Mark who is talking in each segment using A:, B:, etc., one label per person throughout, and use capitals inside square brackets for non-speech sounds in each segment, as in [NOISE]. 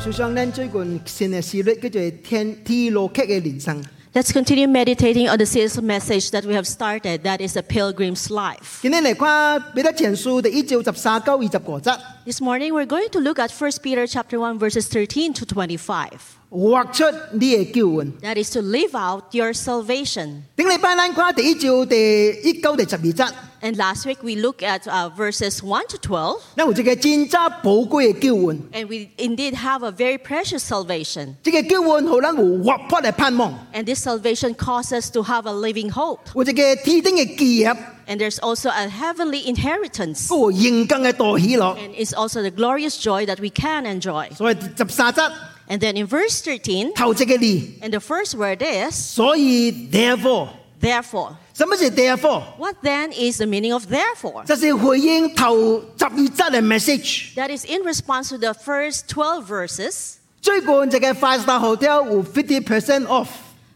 A: 事上，咱最近新嘅系列叫做《天鐵路客嘅人生》。
B: Let's continue meditating on the sales message that we have started, that is a pilgrim's life.
A: 今日嚟看彼得前書第一章十三到二十五節，
B: This morning we're going to look at 1 Peter chapter 1 verses 13 to 25.
A: 活出你嘅救恩。
B: That is to live out your salvation.
A: 頂禮拜咱看第一章第一九第十二節，
B: And last week we looked at uh, verses 1 to 12,
A: 咱有一個真正寶貴嘅救恩。
B: and we indeed have a very precious salvation.
A: 这个救恩互咱有活泼嘅盼望，
B: And this salvation causes us to have a living hope.
A: 有一個天頂嘅基業，
B: And there's also a heavenly inheritance.
A: 有人間嘅大喜樂。
B: And it's also the glorious joy that we can enjoy.
A: 所以十三節
B: And then in verse 13,
A: 頭一個字，
B: and the first word is
A: 所以 therefore，
B: therefore.
A: 什麼是 therefore？
B: What then is the meaning of therefore?
A: 这是回應頭十二節嘅 message。
B: That is in response to the first 12 verses.
A: 最近一個 five star hotel 有 fifty percent off。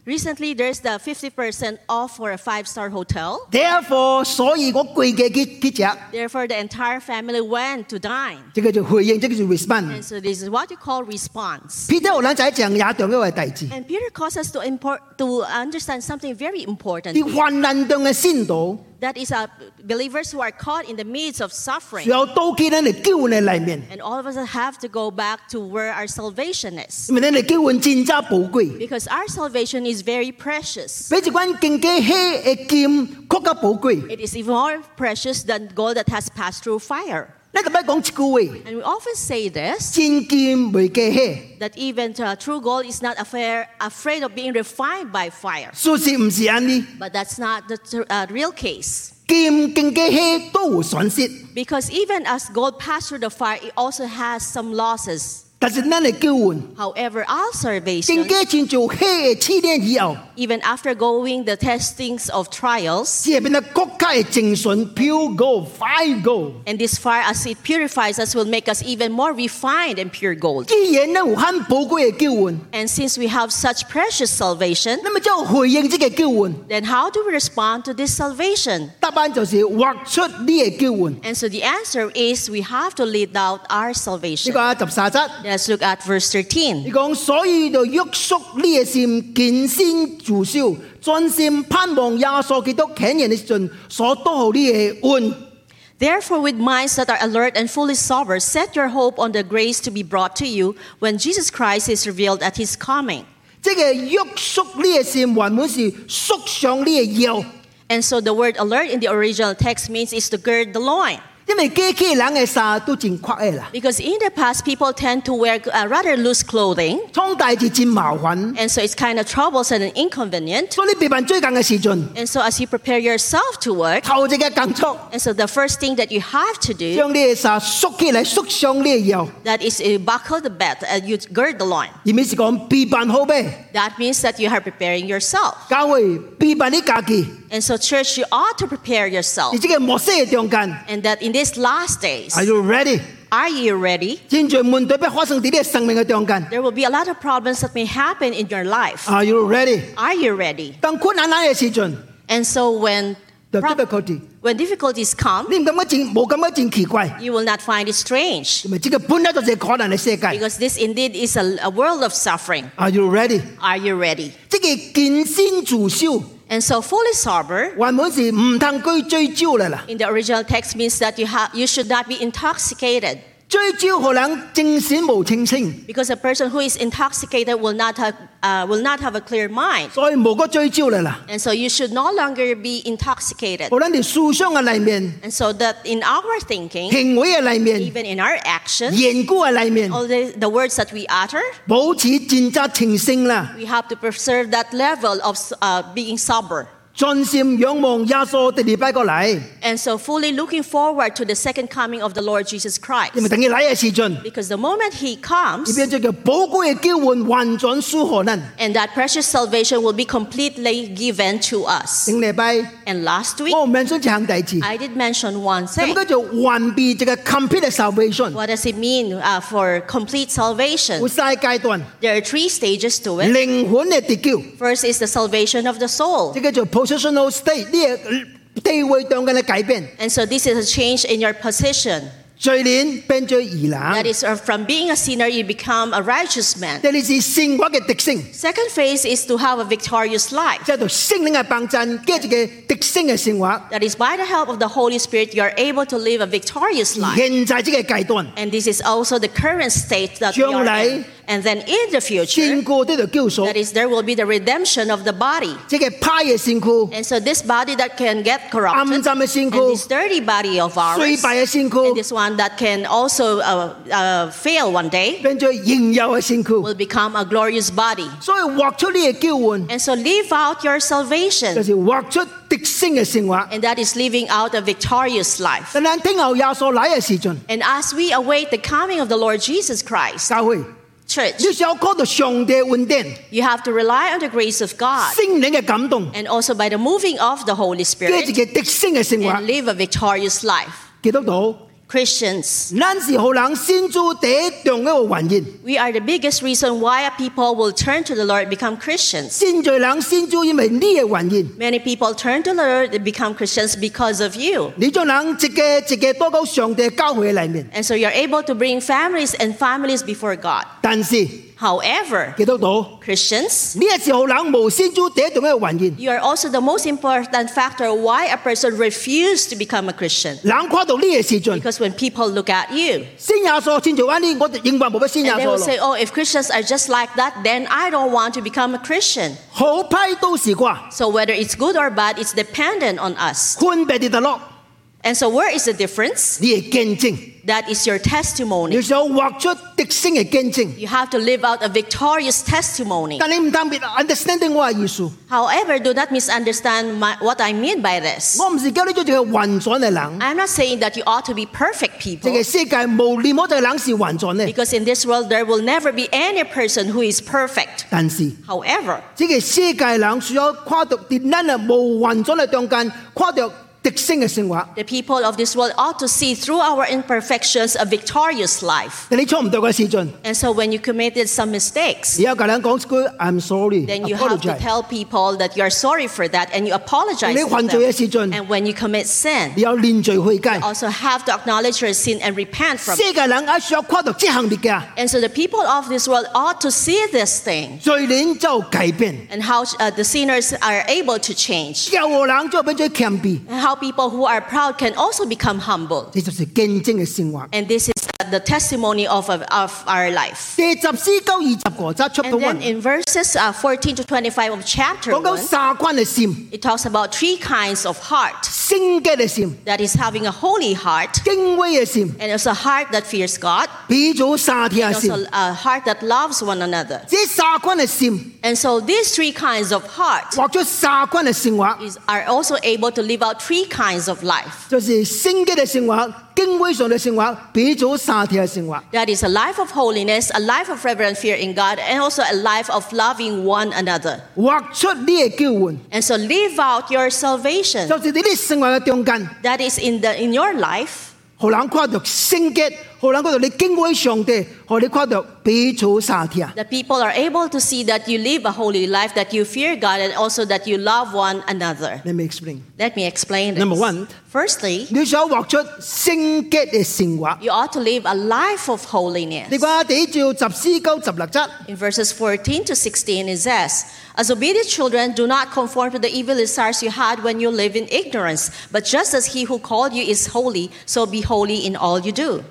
B: Recently, there's the 50% off for a five star hotel.
A: Therefore，所以我貴嘅去去食，
B: Therefore, the entire family went to dine.
A: 這個就回應，這個就 response
B: And。so, this is what you call response.
A: 彼得有咱在講也重要嘅代志，
B: And Peter calls us to, import, to understand something very important.
A: 啲患難中嘅信徒
B: That is, uh, believers who are caught in the midst of suffering.
A: 需要倒去咱嘅救恩嘅裏面，
B: And all of us have to go back to where our salvation is.
A: 因為咱嘅救恩真正寶貴，
B: Because our salvation is very precious.
A: 比一款更加稀嘅金更加寶貴。
B: It is even more precious than gold that has passed through fire.
A: 咱就要講一句話：
B: And we often say this
A: 真金未加稀，
B: that even uh, true gold is not affair, afraid of being refined by fire.
A: 事實唔是安尼，
B: But that's not the tr- uh, real case.
A: 金更加稀都有損失，
B: Because even as gold passed through the fire, it also has some losses.
A: 但是咱嘅救恩。
B: However, our salvation,
A: 經過真就黑嘅試煉以後，
B: even after going the testings of trials,
A: 先會變得國家嘅精神 pure gold、fine gold。
B: and this fire, as it purifies us, will make us even more refined and pure gold.
A: 既然咱有很寶貴嘅救恩，
B: And since we have such precious salvation,
A: 那麼就有回應這個救恩。
B: then how do we respond to this salvation?
A: 答案就是活出你嘅救恩。
B: And so the answer is we have to live out our
A: 你
B: salvation.
A: 講十三節，
B: Let's look at verse 13.
A: 你講所以就約束你嘅心，謹慎自守，專心盼望耶穌基督顯現嘅時陣所多好你嘅恩。
B: Therefore, with minds that are alert and fully sober, set your hope on the grace to be brought to you when Jesus Christ is revealed at his coming.
A: 這個約束你嘅心原本是束上你嘅腰，
B: And so the word alert in the original text means is to gird the loin.
A: 因為過去的人嘅衫都真闊嘅啦。
B: Because in the past, people tend to wear uh, rather loose clothing.
A: 創代志真麻煩，
B: And so it's kind of troublesome and inconvenient.
A: 所以你別辦最近嘅時陣，
B: And so as you prepare yourself to work,
A: 頭一個工作，
B: and so the first thing that you have to do
A: 將你嘅衫縮起來，縮上你嘅腰，
B: That is, you buckle the belt and you gird the loin.
A: 意味是講備辦好咩？
B: That means that you are preparing yourself.
A: 教會備辦你家己，
B: And so, church, you ought to prepare yourself.
A: 而這個末世嘅中間
B: And that in these last days,
A: ，Are you ready？
B: are you ready?
A: 真侪問題要發生喺你嘅生命嘅中間
B: There will be a lot of problems that may happen in your life.
A: ，Are you ready？
B: Are you ready?
A: 當困難來嘅時陣
B: And so, when
A: ，the
B: prob-
A: difficulty，
B: when difficulties come,
A: 你唔感覺真冇感覺真奇怪，
B: you will not find it strange
A: 因為這個本來就是一個可能嘅世界。
B: because this indeed is a, a world of suffering.
A: Are you ready？
B: Are you ready?
A: 這個謹慎自守，
B: And so, fully sober
A: 原本是唔通去追究嘅啦。
B: in the original text means that you have you should not be intoxicated.
A: 追焦可能正醒無清醒，
B: Because a person who is intoxicated will not have, uh, will not have a clear mind.
A: 所以無個追焦嚟啦。
B: And so you should no longer be intoxicated.
A: 無論你思想嘅裏面、
B: And so that in our thinking,
A: 行為嘅裏面、
B: even in our actions,
A: 言語嘅裏面，
B: all the, the words that we utter,
A: 保持戰責清醒啦，
B: we have to preserve that level of uh, being sober.
A: 專心仰望耶穌第二拜過嚟，
B: And so fully looking forward to the second coming of the Lord Jesus
A: 因為
B: Christ.
A: 等佢嚟嘅時陣，呢
B: Because the moment he comes,
A: 邊就叫寶貴嘅救恩完全輸何人。
B: and that precious salvation will be completely given to us.
A: 頂禮拜，
B: And last week,
A: 我唔明信一項代志，
B: I did mention one
A: 咁
B: thing.
A: 佢就完備這個 complete salvation，
B: What does it mean uh, for
A: 有
B: complete salvation?
A: 三個階段，
B: There are three stages to it.
A: 靈魂嘅得救，
B: First is the salvation of the soul.
A: 呢個就 positional state 呢個地位上嘅改變。
B: And so this is a change in your position.
A: 罪殮變做義
B: That
A: 冷。
B: is, uh, from being a sinner, you become a righteous man.
A: 第二是聖話嘅特性，
B: Second phase is to have a victorious life.
A: 即係度聖靈嘅棒陣，跟住嘅特性嘅聖話。
B: That is, by the help of the Holy Spirit, you are able to live a victorious life.
A: 現在即嘅階段，
B: And this is also the current state that we are in.
A: 將來-
B: And then in the
A: 善
B: future,
A: 故呢度叫數，
B: that is, there will be the redemption of the body.
A: 即嘅派嘅善故、
B: And so this body that can get
A: 暗
B: corrupted,
A: 浸嘅善
B: and
A: 故、衰
B: this dirty body of ours,
A: 敗嘅善
B: and
A: 故，
B: this one that can also uh, uh, fail one day,
A: 變做應有嘅善故。
B: will become a glorious body.
A: 所以活出呢個交換，
B: And so live out your
A: 就
B: salvation,
A: 是活出特性嘅聖話。
B: and that is living out a victorious life.
A: 但係聽候耶穌乃嘅時盡，
B: And as we await the coming of the Lord Jesus Christ,
A: 教會呢
B: church,
A: 首歌度上帝換定，
B: you have to rely on the grace of God
A: 聖靈嘅感動，
B: and also by the moving of the Holy
A: 跟住
B: Spirit
A: 嘅特性嘅聖話
B: and，live a victorious life.
A: 記得到。
B: Christians,
A: 咱是好人先做第一重一個原因，
B: we are the biggest reason why a people will turn to the Lord, become Christians.
A: 先罪人先做，因為呢個原因。
B: Many people turn to the Lord, they become Christians because of you.
A: 你將人一個一個多到上帝教會嘅裏面，
B: And so you're able to bring families and families before God.
A: 但是
B: However,
A: 記得到
B: Christians,
A: 呢一是好人無先做第一重一個原因。
B: you are also the most important factor why a person refused to become a Christian.
A: 人看到呢個時陣，
B: Because when people look at you,
A: 先耶穌先做安呢，我哋永遠冇乜先耶
B: and they
A: 穌
B: will say,
A: 咯。
B: Oh, if Christians are just like that, then I don't want to become a Christian.
A: 好批都是啩，
B: So whether it's good or bad, it's dependent on us.
A: 寬別啲得咯。
B: And so where is the difference?
A: 你嘅見證，
B: That is your testimony.
A: 你想活出迪星嘅見證，
B: You have to live out a victorious testimony.
A: 但你唔特別 understanding 我嘅意思。
B: However, do not misunderstand my, what I mean by this.
A: 我唔是叫你做一個混轉嘅人，
B: I'm not saying that you ought to be perfect
A: 即
B: people.
A: 係世界無念我就人是混轉嘅。
B: Because in this world, there will never be any person who is perfect.
A: 但是
B: However,
A: 即係世界人需要跨到啲人啊無混轉嘅中間，跨到迪星嘅生活。
B: the people of this world ought to see through our imperfections a victorious life.
A: 但你錯唔到嘅時陣，
B: And so when you committed some mistakes,
A: 你要教人講句 I'm sorry,
B: then you have to
A: apologize。
B: tell people that you're sorry for that and you apologize. to
A: 你犯罪嘅時陣，啊
B: them. And when you commit sin,
A: 你要認罪悔改。
B: also have to acknowledge your sin and repent from it.
A: 世界人也需要跨到即行列嘅
B: And so the people of this world ought to see this thing
A: 罪念就改變，
B: and how uh, the sinners are able to change.
A: 驕傲人就變咗謙卑，
B: And how people who are proud can also become humble.
A: 呢就是見證嘅生活。
B: And this is the testimony of, of, of our life.
A: 第十四到二十個則出到
B: And then
A: 雲，
B: in verses uh, 14 to 25 of chapter
A: 講到
B: 1,
A: 三關嘅心，
B: it talks about three kinds of heart.
A: 聖潔嘅心、
B: That is having a holy heart,
A: 敬畏嘅心、
B: and also a heart that fears God,
A: 彼此沙鐵嘅
B: and
A: 心
B: also。a heart that loves one another.
A: 這三關嘅心，
B: And so these three kinds of heart
A: 活出三關嘅生活，
B: is, are also able to live out three kinds of life.
A: 就是聖潔嘅生活、敬畏上帝嘅生活、彼此沙鐵嘅生活。
B: That is a life of holiness, a life of reverent fear in God, and also a life of loving one another.
A: 活出呢個交換，
B: And so live out your salvation.
A: 就是呢啲生活嘅中間，
B: That is in the in your life.
A: 何能跨到聖潔，何能跨到你敬畏上帝，何你跨到彼此沙鐵啊！
B: that people are able to see that you live a holy life, that you fear God, and also that you love one another.
A: Let me explain。
B: Let me explain this.
A: Number one.
B: Firstly,
A: 你想活出聖潔嘅生活，
B: you ought to live a life of
A: 你
B: holiness.
A: 話第一照十四九十六則。
B: In verses 14 to 16, it says, As obedient children, do not conform to the evil desires you had when you lived in ignorance, but just as he who called you is holy, so be holy in all you do.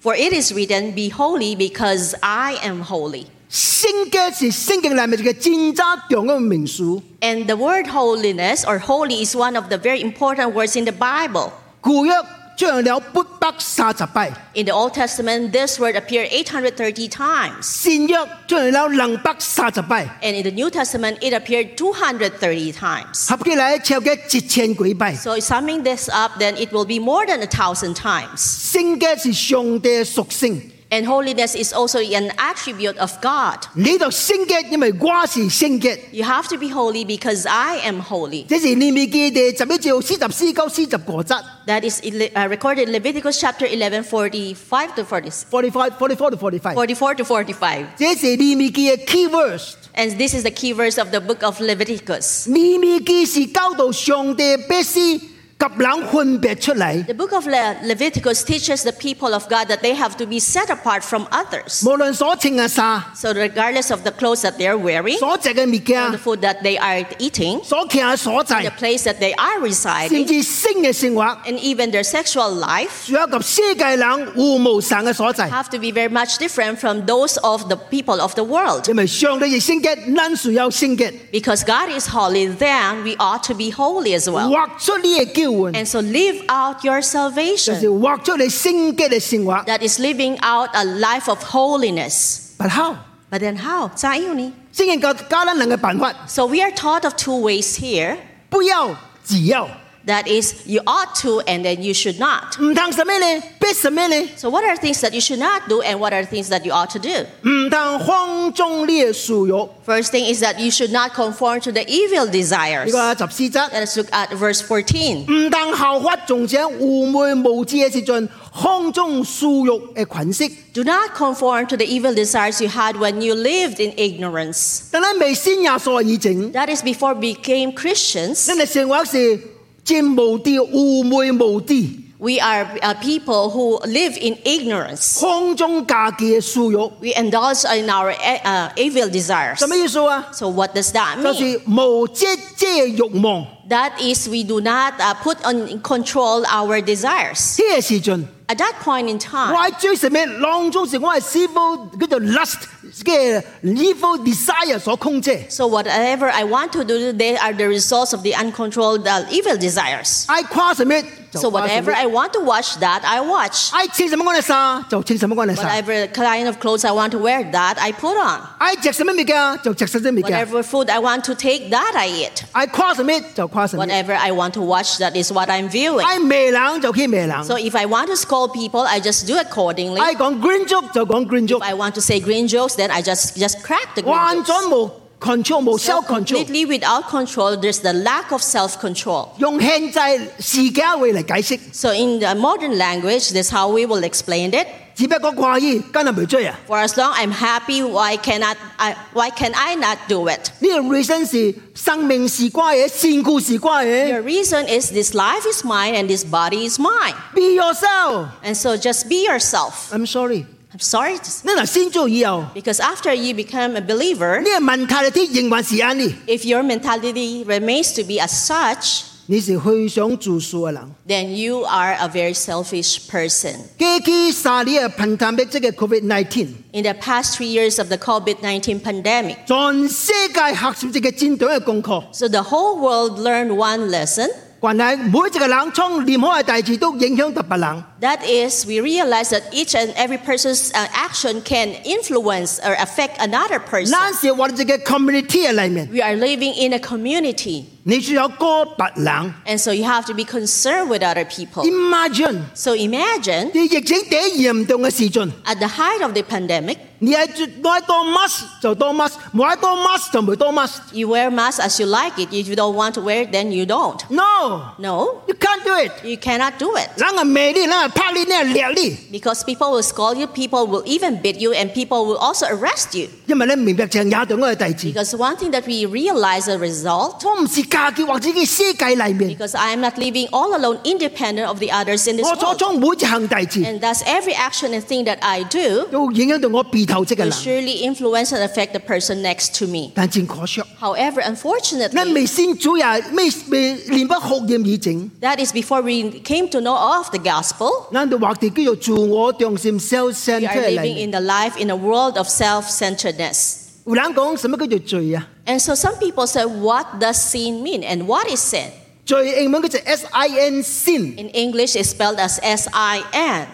B: For it is written, Be holy because I am holy.
A: 聖潔是聖經裏面嘅戰爭中嘅名詞，
B: And the word holiness or holy is one of the very important words in the Bible.
A: 舊約將了八百三十倍，
B: In the Old Testament, this word appeared 830 times.
A: 新約將了兩百三十倍，
B: And in the New Testament, it appeared 230 times.
A: 合起來超過一千幾倍。
B: So, summing this up, then it will be more than a thousand times.
A: 聖潔是上帝嘅屬性，
B: And holiness is also an attribute of God.
A: 你度聖潔，因為我是聖潔。
B: You have to be holy because I am holy.
A: 這是利未記第十一章四十四九四十個則
B: That is ele- uh, recorded in Leviticus chapter 11, 45 to 46,
A: forty five forty four to forty five。
B: 44 to 45.
A: 這是利未記嘅 key verse。
B: And this is the key verse of the book of Leviticus.
A: 利未記是教導上帝必須及冷分別出嚟。
B: The book of Le- Leviticus teaches the people of God that they have to be set apart from others.
A: 無論所稱嘅沙，
B: So, regardless of the clothes that they are wearing,
A: 所食嘅物
B: the
A: 件，
B: food that they are eating,
A: 所騎嘅所制，
B: the place that they are
A: 甚
B: residing,
A: 至星嘅性或
B: and even their sexual life
A: 仲有及世界冷互無神嘅所制。
B: have to be very much different from those of the people of the world.
A: 因為上帝亦聖潔，人樹有聖潔，
B: Because God is holy, then we ought to be holy as well.
A: 畫出呢個交換，
B: And so, live out your
A: 就係
B: salvation.
A: 畫出你聖潔嘅性或。
B: That is living out a life of holiness.
A: But how？
B: But then how? 咋样呢?
A: 聖人教教人能嘅辦法，
B: So we are taught of two ways here.
A: 不要自由，
B: That is, you ought to and then you should not.
A: 唔通什咩呢？逼什咩呢？
B: So, what are things that you should not do and what are things that you ought to do?
A: 唔通放縱呢個樹欲。
B: First thing is that you should not conform to the evil desires.
A: 呢個十四則。
B: Let us look at verse 14.
A: 唔但效法眾者愚昧無知嘅舌盡，空中素欲嘅群色。
B: Do not conform to the evil desires you had when you lived in ignorance.
A: 但係未先也所以整，
B: That is before we became Christians.
A: 真係成話是漸無知、愚昧無知，
B: We are a people who live in ignorance.
A: 空中架嘅素欲。
B: We indulge in our uh, evil desires.
A: 什麼意思啊？
B: So what does that
A: 就
B: mean?
A: 是無遮遮嘅慾望，
B: That is, we do not uh, put on control our desires.
A: 呢個時盡。
B: At that point in
A: 我
B: time,
A: 喺追什咩？浪中時我係 evil 叫做 lust 嘅 evil desire 所控制。
B: so whatever I want to do, they are the results of the uncontrolled uh, evil desires.
A: I 跨什咩？就
B: So
A: 跨什
B: whatever
A: 麼
B: I want to watch, that I watch.
A: I 稱什麼安嘅衫就稱什麼安嘅衫。
B: Whatever kind of clothes I want to wear, that I put on.
A: I 食什麼味嘅啊就食什麼味嘅。
B: Whatever food I want to take, that I eat.
A: I 跨什咩就跨什麼。
B: Whatever I want to watch, that is what I'm viewing.
A: I 未冷就傾未冷
B: So if I want to scold people, I just do accordingly.
A: I 講 green joke 就講 green
B: If
A: joke，
B: I want to say green jokes, then I just just crack the green
A: 患
B: jokes.
A: 咗無 control 無
B: So
A: self control，
B: completely without control, there's the lack of self-control.
A: 用限制時間會嚟解釋，
B: So in the modern language, that's how we will explain it.
A: 只不過掛衣跟人未追啊。
B: For as long I'm happy, why cannot I, why can I not do it?
A: 呢個 reason 是生命是關嘅，善故是關嘅。
B: The reason is this life is mine and this body is mine.
A: Be yourself。
B: And so just be yourself.
A: I'm sorry。
B: I'm sorry to say,
A: 呢嗱先做以後，呢
B: because after you become a believer,
A: 個問題啲仍還是啱呢。
B: if your mentality remains to be as such,
A: 你是去想做數嘅人。
B: then you are a very selfish person.
A: 基基沙呢嘅貧淡逼即嘅 Covid nineteen，
B: In the past three years of the COVID 19 pandemic,
A: 全世界學習即嘅戰隊嘅功課。
B: so the whole world learned one lesson.
A: 但係每一個冷倉念開嘅大字都影響特別冷。
B: That is, we realize that each and every person's uh, action can influence or affect another person.
A: 嗱時我哋嘅 community 嘅裏面，
B: We are living in a community,
A: 你就有個別冷。
B: and so you have to be concerned with other
A: Oh
B: people.
A: Imagine
B: So imagine
A: 啲疫情第一嚴重嘅時陣，
B: at the height of the pandemic,
A: 你係絕愛多 mask 就多 mask，唔愛多 mask 就唔多 mask。
B: you wear masks as you like it. If you don't want to wear it, then you don't.
A: No，you
B: No,
A: can't do it。啊
B: you cannot do it.
A: 冷係咩啲，冷係拍你，冷係掠你，
B: Because people will scold you, people will even beat you, and people will also arrest you.
A: 因為咧明白就係亞當嘅大字。
B: Because one thing that we realize as a result,
A: 我唔是嫁結或者嘅世界裏面，
B: because I am not living all alone, independent of the others in this
A: 我所
B: world.
A: 做每一行大字
B: And thus, every action and thing that I do
A: 都影響到我鼻頭即嘅
B: will
A: 冷。
B: surely influence and affect the person next to me.
A: 但正可惜，
B: However,
A: 你
B: unfortunately,
A: 未先主也未未練不學驗以整。
B: that is before we came to know of the gospel.
A: 啱到或地叫做自我中心 self
B: We are
A: centered
B: living
A: 嚟。
B: in the life in a world of self centeredness.
A: 胡冷講什麼叫做罪啊？
B: And so, some people say, What does sin mean? And what is sin?
A: 罪英文叫做 S I N sin，
B: In English, it's spelled as S I N.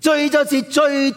A: 罪就是罪，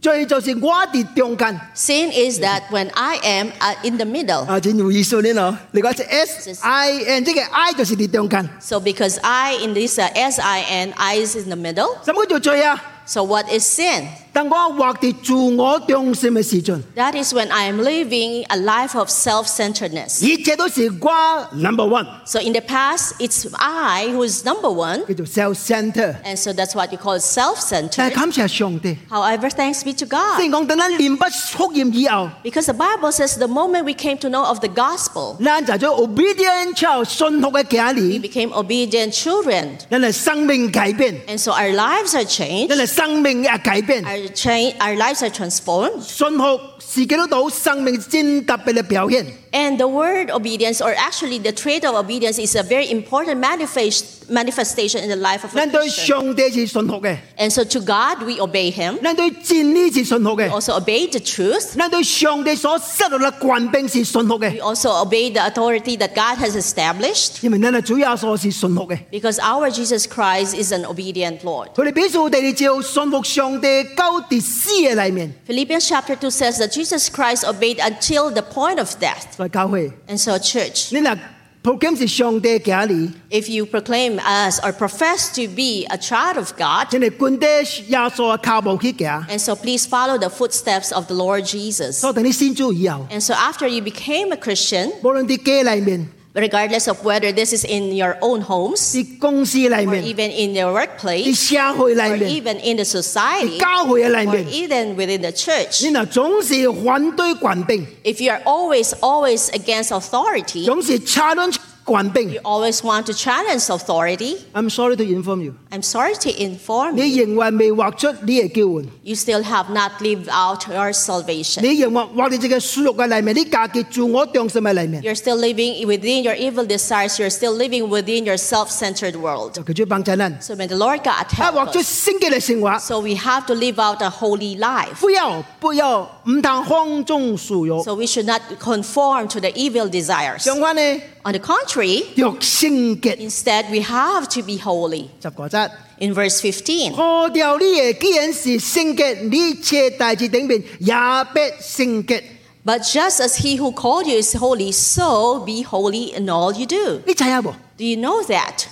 A: 罪就是我哋中間
B: Sin is that when I am uh, in the middle.
A: 啊，正如意思呢咯。你講就 S I N，即係 I 就是你中間。
B: So, because I in this uh, S I N, I is in the middle.
A: 什麼叫做罪啊？
B: So, what is sin?
A: 第但我活在自我中心嘅時陣，
B: That is when I am living a life of self centeredness.
A: 而這都是我 number one，
B: So in the past, it's I who is number one,
A: 叫做 self center。
B: and so that's what you call self
A: 但係
B: centered.
A: 感謝上帝，
B: However, thanks be
A: 即
B: to God.
A: 係講等緊念不福音以後，
B: Because the Bible says the moment we came to know of the gospel,
A: 咱就做 obedient child 信服嘅家
B: we
A: 年，
B: became obedient children.
A: 人哋生命改變，
B: And so our lives are changed,
A: 人哋生命嘅改變。
B: our, cha- our lives are transformed.
A: 信服是基督徒生命先特別嘅表現。
B: And the word obedience, or actually the trait of obedience, is a very important manifest- manifestation in the life of a
A: 咱對
B: Christian.
A: 上帝是信服嘅，
B: And so to God we obey Him,
A: 咱對真理是信服嘅，
B: also obey the truth,
A: 咱對上帝所失落嘅權柄是信服嘅
B: we，also obey the authority that God has established,
A: 因為咱係主耶穌是信服嘅。
B: because our Jesus Christ is an obedient Lord.
A: 佢哋比數第二照信服上帝交第私嘅裏面，
B: Philippians chapter 2 says that Jesus Christ obeyed until the point of death.
A: 在教會，
B: And so, church,
A: 你嗱 proclaim 是上帝嘅兒女，
B: if you proclaim us or profess to be a child of God,
A: 請你跟得耶穌嘅腳步去行。
B: and so please follow the footsteps of the Lord Jesus.
A: 所以等你先主以後，
B: And so, after you became a Christian,
A: 無論啲家裏面、
B: regardless of whether this is in your own homes,
A: 啲公司裏
B: or
A: 面、
B: even in your
A: 啲
B: workplace,
A: 社會裏
B: or
A: 面、
B: even in the
A: 啲
B: society,
A: 教會嘅裏
B: or
A: 面。
B: even within the church,
A: 你嗱總是反對官兵，
B: if you are always, always against authority,
A: 總是 challenge 官兵
B: you。always want to challenge authority,
A: I'm sorry to inform you，
B: I'm sorry to inform
A: 你
B: you,
A: 仍然未畫出呢嘅叫喚，
B: you still have not lived out your salvation.
A: 你仍然畫你自己輸肉嘅裏面，啲價值自我中心嘅裏面，
B: You're still living within your evil desires. You're still living within your self centered world.
A: 就叫做幫襯人。
B: So may the Lord God
A: 啊，
B: help
A: 畫出
B: us.
A: 聖潔嘅生活，
B: So we have to live out a holy life.
A: 不要不要唔談空中樹欲，
B: So we should not conform to the evil desires.
A: 相反呢，
B: On the contrary,
A: 若聖潔。
B: instead we have to be holy.
A: 十個質，
B: In verse 15,
A: 破掉呢嘢，既然是聖潔，呢切大字頂面也必聖潔。
B: but just as he who called you is holy, so be holy in all you do.
A: 你睇下喎。
B: Do you know that?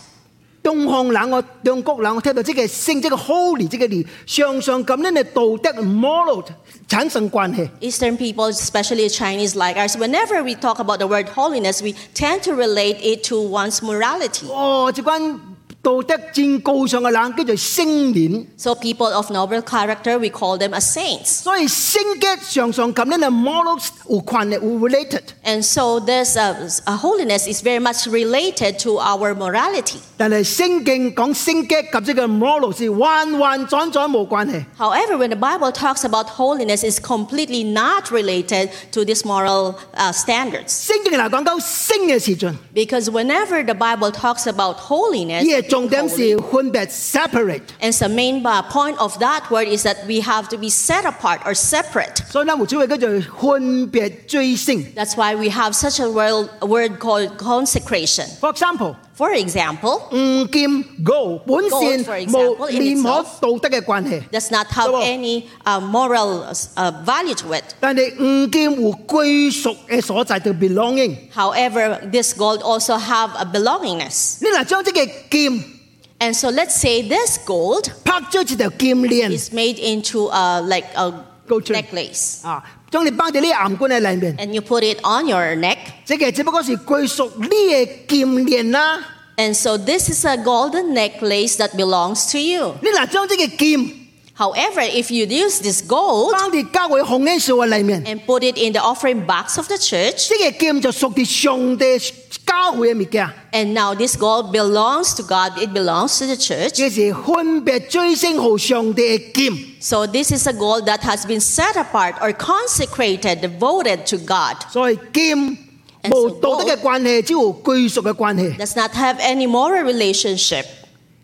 A: 東漢冷我兩國冷我聽到即係聖即係 holy 即係年，常常咁呢，你道德 moral 產生關係。
B: Eastern people, especially Chinese like us, whenever we talk about the word holiness, we tend to relate it to one's morality.
A: 哦，即關道德戰高尚嘅冷叫做聖年，
B: So people of noble character, we call them as saints.
A: 所以聖嘅常常咁呢，你 moral 有關係有 related，
B: And so this uh, uh, holiness is very much related to our morality.
A: 但係聖經講聖嘅及即嘅 moral 是完完全全冇關係。
B: However, when the Bible talks about holiness, it's completely not related to these moral uh, standards.
A: 聖經嚟講到聖嘅時陣，
B: Because whenever the Bible talks about holiness,
A: 而重點
B: holy-
A: 是分別 separate，
B: and the main uh, point of that word is that we have to be set apart or separate.
A: 所以呢，胡主會叫做分別追聖。
B: That's why we have such a word, a word called consecration.
A: For example。
B: For example,
A: 唔劍 go 本
B: Gold,
A: 線
B: for example,
A: 冇
B: in
A: 連可
B: itself.
A: 道德嘅關係，
B: does not have
A: Come on.
B: any uh, moral uh, value to it.
A: 但係唔劍湖歸屬嘅所在叫 belonging。
B: However, this gold also have a belongingness.
A: 你嗱將即嘅劍
B: And so let's say this gold
A: 拍咗一條劍鏈
B: is made into a, like a
A: Mm. Go to-
B: necklace.
A: 啊，將你包喺呢岩冠嘅裏面，
B: And you put it on your neck.
A: 即嘅只不過是歸屬呢嘅劍鏈啦。
B: And so this is a golden necklace that belongs to you.
A: 你嗱將即嘅劍
B: However, if you use this gold
A: 包喺教會紅衣樹嘅裏面，
B: and put it in the offering box of the church,
A: 即嘅劍就屬於上帝教會嘅物件，
B: and now this gold belongs to God, it belongs to the church.
A: 即是分別追星號上帝嘅劍。
B: So this is a goal that has been set apart or consecrated, devoted to God.
A: 所以劍
B: And so
A: 冇道德嘅關係，只有歸屬嘅關係。
B: Does not have any moral relationship,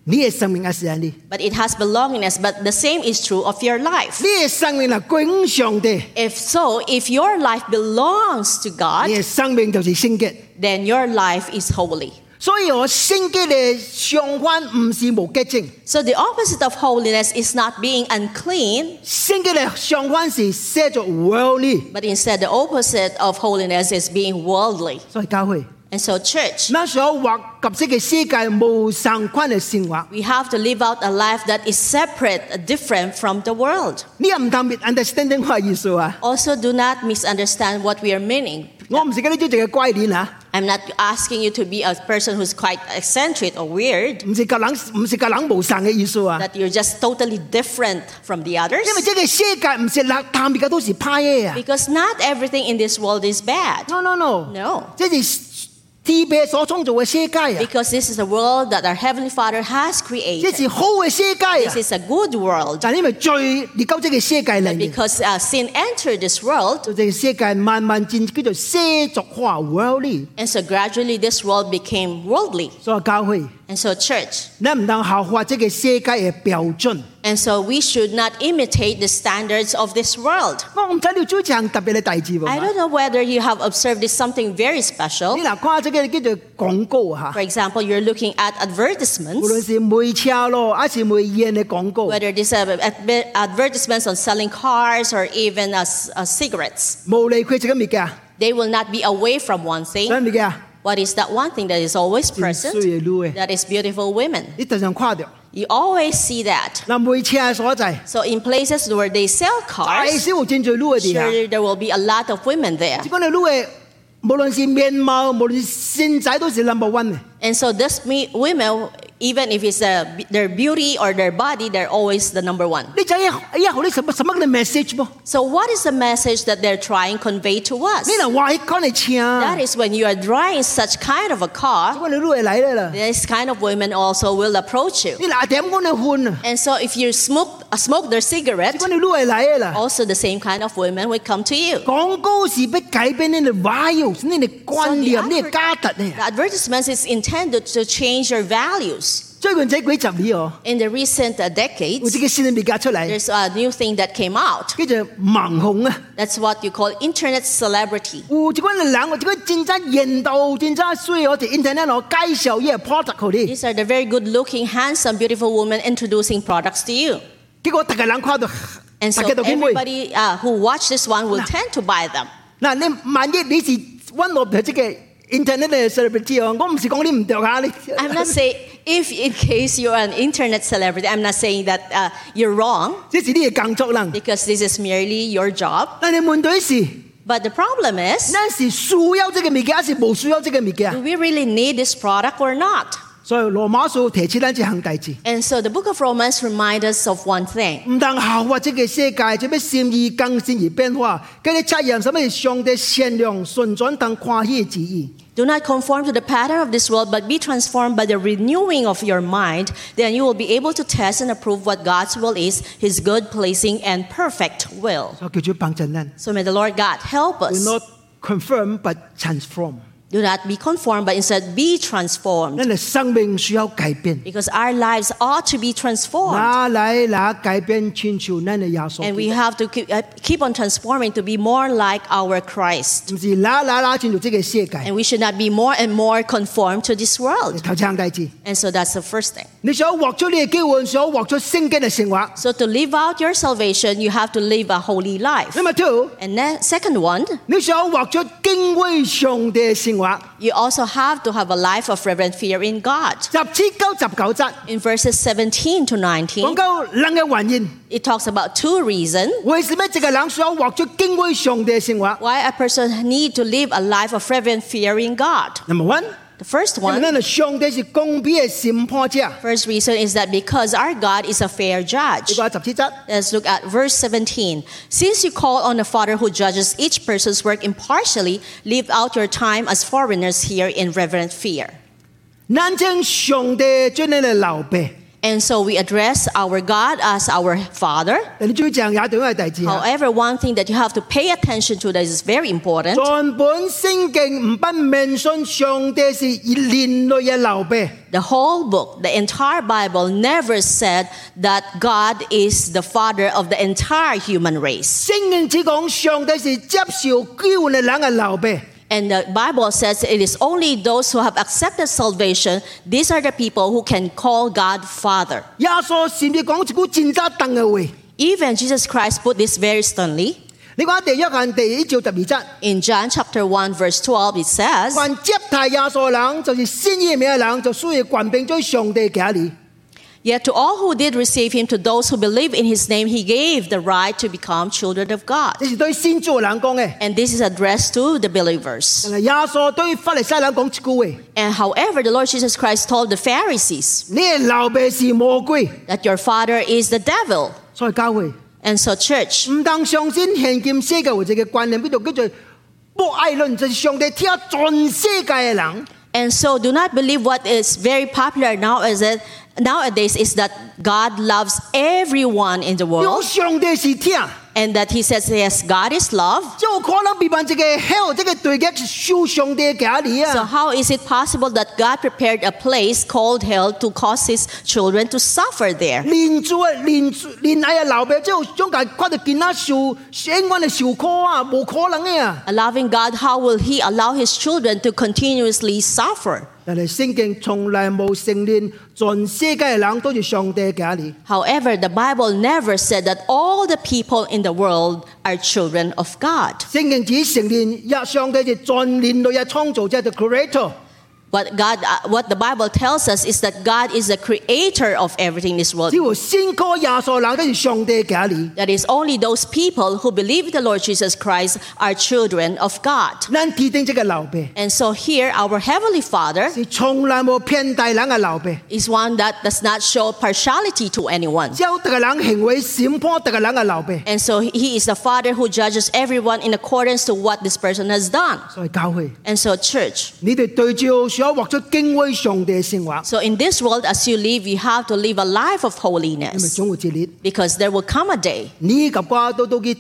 A: 你嘅生命係上帝，
B: but it has belongingness. But the same is true of your life.
A: 你嘅生命係歸於上帝，
B: If so, if your life belongs to
A: 你
B: God,
A: 嘅生命就是聖潔。
B: then your life is holy.
A: 所以我聖潔嘅相反唔是無潔淨，
B: So the opposite of holiness is not being unclean,
A: 聖潔嘅相反是寫作 worldly。
B: but instead the opposite of holiness is being worldly.
A: 所以教會，
B: And so, church,
A: 那時候或及色嘅世界無神坤嘅善話，
B: we have to live out a life that is separate, different from the world.
A: 呢個唔特別 understanding 我嘅意思啊！
B: Also, do not misunderstand what we are meaning.
A: 我唔是嗰啲專業嘅乖點啊，
B: I'm not asking you to be a person who's quite eccentric or weird,
A: 唔是夾冷唔是夾冷無神嘅意思啊！
B: that you're just totally different from the
A: 因為
B: others.
A: 這個世界唔是冷淡嘅，都是派嘢啊
B: Because not everything in this world is bad.
A: ！No no no，
B: No.
A: 這是天父所創造嘅世界啊，
B: Because this is a world that our Heavenly Father has
A: 這
B: created.
A: 是好嘅世界
B: This
A: 啊！
B: is a good world.
A: 但因為罪，你搞這個世界嚟面，
B: Because uh, sin entered this world,
A: 就這個世界慢慢漸叫做世俗化 worldly，
B: and so gradually this world became worldly.
A: 所以教會
B: And so, church.
A: 你唔能效法這個世界嘅標準。
B: And so we should not imitate the standards of this world.
A: 我唔睇到最近特別嘅大字喎。
B: I don't know whether you have observed this something very
A: 你
B: special.
A: 嗱跨咗嘅叫做廣告嚇
B: For，example, you're looking at
A: 無論
B: advertisements,
A: 是每車咯，還是每嘢嘅廣告，
B: whether these are adver- advertisements on selling cars or even uh, s- uh, cigarettes.
A: 無理佢食緊咩嘅啊？
B: They will not be away from one
A: 想
B: thing.
A: 咩嘅啊？
B: What is that one thing that is always
A: 衰
B: present?
A: 嘅路嘅，
B: That is beautiful women.
A: 你突然跨掉。
B: You always see that.
A: 嗱，每車所在，
B: So in places where they sell
A: 大
B: cars,
A: 小正在路嘅地啊。
B: surely there will be a lot of women there.
A: 只講你路嘅，無論是面貌，無論是身仔，都是 number one 嘅。
B: And so this me- women, even if it's uh, b- their beauty or their body, they're always the number one.
A: 你就一一號啲什麼什麼嘅 message 噃？
B: So what is the message that they're trying to convey to us?
A: 你能話係講你車啊？
B: That is when you are driving such kind of a car,
A: 我你路嚟嚟啦，
B: this kind of women also will approach you.
A: 你嗱點講你換啊？
B: And so if you smoke, uh, smoke their
A: 只
B: cigarette,
A: 講你路嚟嚟啦。
B: also the same kind of women will come to you.
A: 廣告是不改變你嘅 values，你嘅觀
B: So
A: 念，
B: the
A: 你嘅家特
B: The
A: 呢？
B: advertisements is intended to change your values.
A: 最近仔幾十年哦，
B: In the recent uh,
A: 我
B: decades,
A: 自己先未嫁出嚟，
B: there's a new thing that came out.
A: 跟住盲紅啊！
B: That's what you call internet celebrity.
A: 我這個人冷，我這個戰爭現到戰爭衰，我哋 internet 我介紹嘢 product 嗰啲，
B: These are the very good looking, handsome, beautiful women introducing products to you.
A: 結果大家冷跨到，
B: And
A: 大
B: so
A: 家都幾妹。
B: everybody uh, who watch this one will
A: Nah.
B: tend to buy them.
A: 嗱，你萬一你是 one of 即個 internet 嘅 celebrity 哦，我唔是講你唔對啊，你
B: I'm not saying, if in case you're an internet celebrity, I'm not saying that uh, you're wrong
A: 這是你嘅工作能。
B: because this is merely your job.
A: 但你問對是，
B: But the problem is,
A: 那是需要這個物件，還是無需要這個物
B: do
A: 件？
B: we really need this product or not?
A: 所以羅馬書提出咱一項大事。
B: And so the book of Romans reminds us of one thing.
A: 唔但效法即個世界，做咩善意更善而變化？佢哋責任什麼是上帝善良、順轉等跨越旨意。
B: Do not conform to the pattern of this world, but be transformed by the renewing of your mind. Then you will be able to test and approve what God's will is, His good, pleasing, and perfect will.
A: 所以叫主幫助咱。
B: So may the Lord God help
A: Do
B: us.
A: not confirm but transform。
B: Do not be conformed, but instead be transformed.
A: 因為生命需要改變。
B: Because our lives ought to be transformed.
A: 哪來哪改變千朝咱的耶
B: And we
A: 穌。
B: have to keep, uh, keep on transforming to be more like our Christ.
A: 唔是哪哪哪進入這個世界。
B: And we should not be more and more conformed to this world.
A: 頭先第字，
B: And so that's the first thing.
A: 你想活出呢個機會，想活出聖經嘅聖話。
B: So to live out your salvation, you have to live a holy life.
A: Number two，
B: And then, second one,
A: 你想活出敬畏上帝嘅聖話。
B: you also have to have a life of reverent fear in God.
A: 十至九十九則
B: In verses 17 to
A: 講
B: 19,
A: 到人嘅還願。
B: it talks about two reasons
A: 為什麼這個人想活出敬畏上帝嘅生活
B: why a person need to live a life of reverent fear in God.
A: ？Number one，
B: The first
A: 因為
B: one,
A: 呢上帝是公平嘅審判者。呢
B: first reason is that because our God is a fair judge.
A: 個係十七則，
B: Let's look at verse 17. Since you call on a father who judges each person's work impartially, live out your time as foreigners here in reverent fear.
A: 眼睛上帝將你哋留備，
B: And so we address our God as our Father.
A: 但你最正也對我係第二啊。
B: However, one thing that you have to pay attention to that is very important.
A: 全本聖經唔不明信上帝是連累嘅留備，
B: The whole book, the entire Bible, never said that God is the Father of the entire human race.
A: 聖經只講上帝是接受機會嘅人嘅留備。
B: And the Bible says it is only those who have accepted salvation, these are the people who can call God Father.
A: 耶穌甚至講一句戰爭等嘅話，
B: Even Jesus Christ put this very sternly.
A: 你講第一行第一照十二則，
B: In John chapter 1 verse 12 it says,
A: 凡接待耶穌嘅人，就是先醫美嘅人，就需要冠並在上帝嘅裏。
B: Yet to all who did receive him, to those who believe in his name, he gave the right to become children of God.
A: 呢是對先知嘅人講嘅，
B: And this is addressed to the believers.
A: 但係耶穌對法利賽人講一句話：
B: And however, the Lord Jesus Christ told the Pharisees
A: 你係流鼻是魔鬼，
B: that your father is the devil.
A: 所以教會
B: And so, church,
A: 唔當上先献劍世界或者嘅觀念，呢度叫做博愛論，就是上帝聽全世界嘅人。
B: and so do not believe what is very popular now is that nowadays is that God loves everyone in the
A: 如果
B: world
A: 上帝是聽，
B: and that he says, yes, God is love.
A: 就可能被問這個 hell 這個對嘅受上帝嘅家裏
B: So
A: 啊。
B: how is it possible that God prepared a place called hell to cause his children to suffer there?
A: 連住啊，連住連愛啊，流鼻之後將佢看到見啊受永遠嘅受苦啊，冇可能嘅啊。
B: A loving God, how will he allow his children to continuously suffer?
A: 但係聖經從來冇承認全世界嘅人都是上帝嘅家裏。
B: However, the Bible never said that all the people in the world are children of God.
A: 聖經只承認一上帝係全人類嘅創造者，the creator。
B: What God, uh, what the Bible tells us is that God is the creator of everything in this world.
A: 只要先歌耶穌人都是上帝嘅家裏。
B: That is, only those people who believe in the Lord Jesus Christ are children of God.
A: 咱指定這個流鼻
B: And so here, our Heavenly Father
A: 是從來冇偏待人嘅流鼻，
B: is one that does not show partiality to anyone.
A: 只有特個人行為審判特個人嘅流鼻。
B: And so he is the Father who judges everyone in accordance to what this person has done.
A: 所以教會，
B: And so, church,
A: 你哋對照所獲出敬畏上帝嘅生活，
B: so in this world, as you live, you have to live a life of
A: 因為
B: holiness
A: 總有一日，
B: because there will come a day.
A: 你及我都都去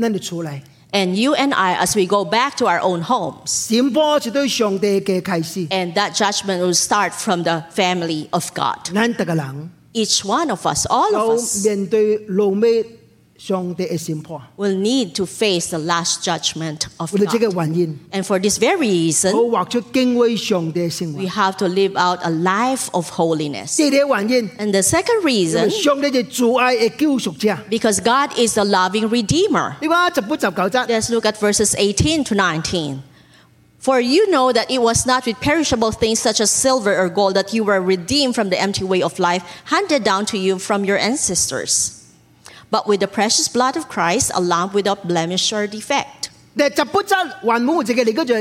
A: 咱哋出嚟。
B: And you and I, as we go back to our own homes,
A: 審判是對上帝嘅啟示，
B: and that judgment will start from the family of God.
A: 咱特個人
B: Each one of us, all
A: 都
B: of us,
A: 面對老尾上帝嘅審判。
B: will need to face the last judgment of
A: 為咗呢
B: God.
A: 個原因，
B: And for this very
A: 好
B: reason,
A: 畫出敬畏上帝嘅生活
B: we。have to live out a life of holiness.
A: 第二個原因，
B: And the second
A: 因
B: reason,
A: 為上帝係主愛嘅救贖者。
B: because God is the loving Redeemer.
A: 你話十本十九則，
B: Let's look at verses 18 to 19. For you know that it was not with perishable things such as silver or gold that you were redeemed from the empty way of life handed down to you from your ancestors, but with the precious blood of Christ, a lamb without blemish or defect.
A: 但十本則原本有一個嚟叫做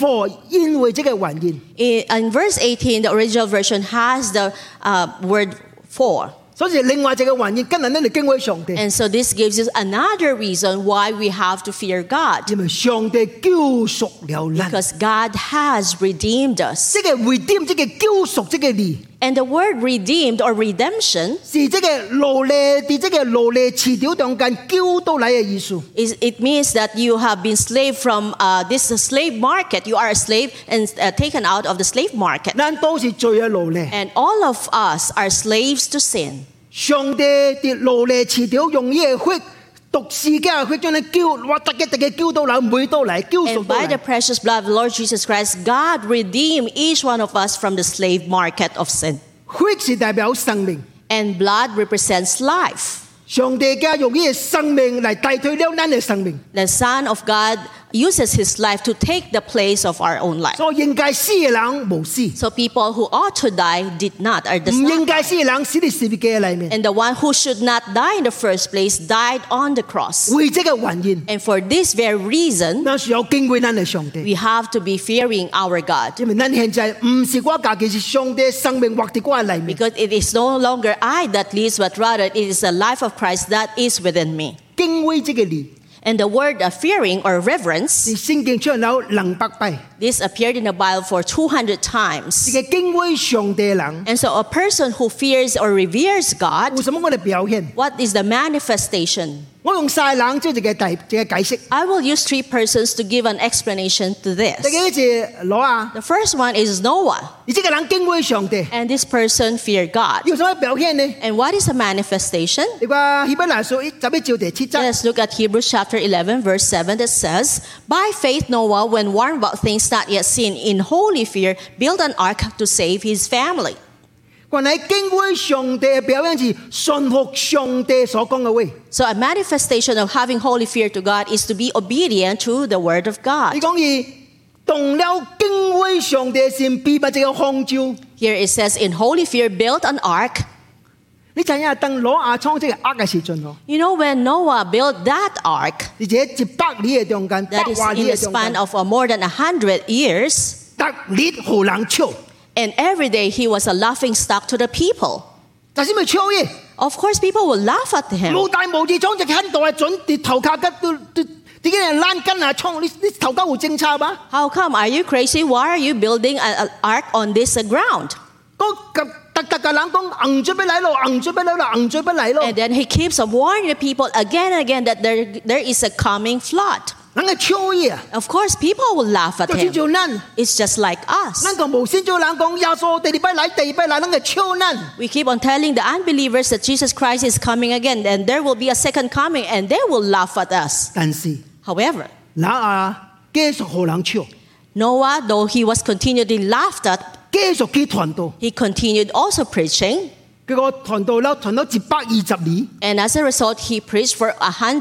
A: for，因為這個原因，
B: In, in verse 18, the original version has the uh, word for.
A: 所以另外一個原因，今日呢嚟敬畏上帝，
B: And so this gives us another reason why we have to fear God.
A: 因為上帝救贖了人。
B: Because God has redeemed us.
A: 即係 redeem，即係救贖，即係你，
B: And the word redeemed or redemption
A: 是即係奴隸，喺即係奴隸池條中間救到嚟嘅意思。
B: is it means that you have been slave from uh, this slave market. You are a slave and uh, taken out of the slave market.
A: 咱都是罪嘅奴隸，
B: And all of us are slaves to sin.
A: 上帝啲奴隸池條用呢個血，毒自己嘅血將你救，哇！特嘅特嘅救到嚟，每到嚟救贖
B: And
A: 到
B: by
A: 嚟
B: the precious blood of the Lord Jesus Christ, God redeemed each one of us from the slave market of sin.
A: 血是代表生命。
B: And blood represents life.
A: 上帝家用呢個生命嚟代替了咱嘅生命，
B: The Son of God uses his life to take the place of our own life.
A: 所以應該死嘅人無死，唔
B: So people who ought to die did not or does
A: 應
B: not.
A: 該死嘅人死喺十字架裏面。
B: And the one who should not die in the first place died on the cross.
A: 為這個原因，
B: And for this very reason,
A: 那是有敬畏咱嘅上帝，
B: we have to be fearing our God.
A: 因為咱現在唔是我家己，是上帝生命活喺我嘅裏面。
B: Because it is no longer I that lives, but rather it is the life of Christ that is within me.
A: 敬畏這個字，
B: And the word of fearing or reverence,
A: 是聖經出現了兩百倍。
B: this appeared in the Bible for 200
A: 這
B: times.
A: 個敬畏上帝嘅人，
B: And so a person who fears or reveres God,
A: 為什麼我哋表現？
B: what is the manifestation?
A: 我用晒冷招一個解一個解釋。
B: I will use three persons to give an explanation to
A: 第
B: this.
A: 一是攞啊，
B: The first one is Noah,
A: 而這個人敬畏上帝，
B: and this person feared God.
A: 有什麼表現呢？
B: And what is a manifestation?
A: 你話希伯來書一十一章第七節。
B: Let's look at Hebrews chapter 11, verse 7 that says, By faith, Noah, when warned about things not yet seen, in holy fear, built an ark to save his family.
A: 佢原来敬畏上帝嘅表現是信服上帝所講嘅話。
B: So a manifestation of having holy fear to God is to be obedient to the word of
A: 你
B: God.
A: 講而動了敬畏上帝嘅心，必不只有康照。
B: Here it says, in holy fear built an ark.
A: 你陣日等攞亞倉即係呃嘅時盡咯，
B: You know, when Noah built that ark,
A: 而且接百里嘅中間，百
B: that is
A: 華
B: in
A: 里
B: the
A: 嘅中
B: span
A: 間，
B: of uh, more than a hundred years,
A: 特列好能超，
B: and every day he was a laughing stock to the people.
A: 就算咪超嘢，
B: Of course, people will laugh at him.
A: 老大無字裝隻坑度係準跌頭卡吉都都，自己人躝筋啊倉，你你頭家會政策吧？
B: How come? Are you crazy? Why are you building an ark on this uh, ground?
A: 嗰個特特嘅冷講硬咗俾你咯，硬咗俾你咯，硬咗俾你咯，
B: And then he keeps on warning the people again and again that there, there is a coming flood.
A: 硬係超嘢啊！
B: Of course, people will laugh at
A: 就算
B: him.
A: 做撚，
B: It's just like us.
A: 撚個無先做冷講，耶穌第二杯奶，第二杯奶，撚係超撚。
B: We keep on telling the unbelievers that Jesus Christ is coming again, and there will be a second coming, and they will laugh at us.
A: 但是
B: However,
A: 那啊，繼續好冷超，
B: Noah, though he was continually laughed at,
A: 繼續佢傳道，
B: he continued also preaching,
A: 佢個傳道啦，傳咗一百二十年，
B: and as a result, he preached for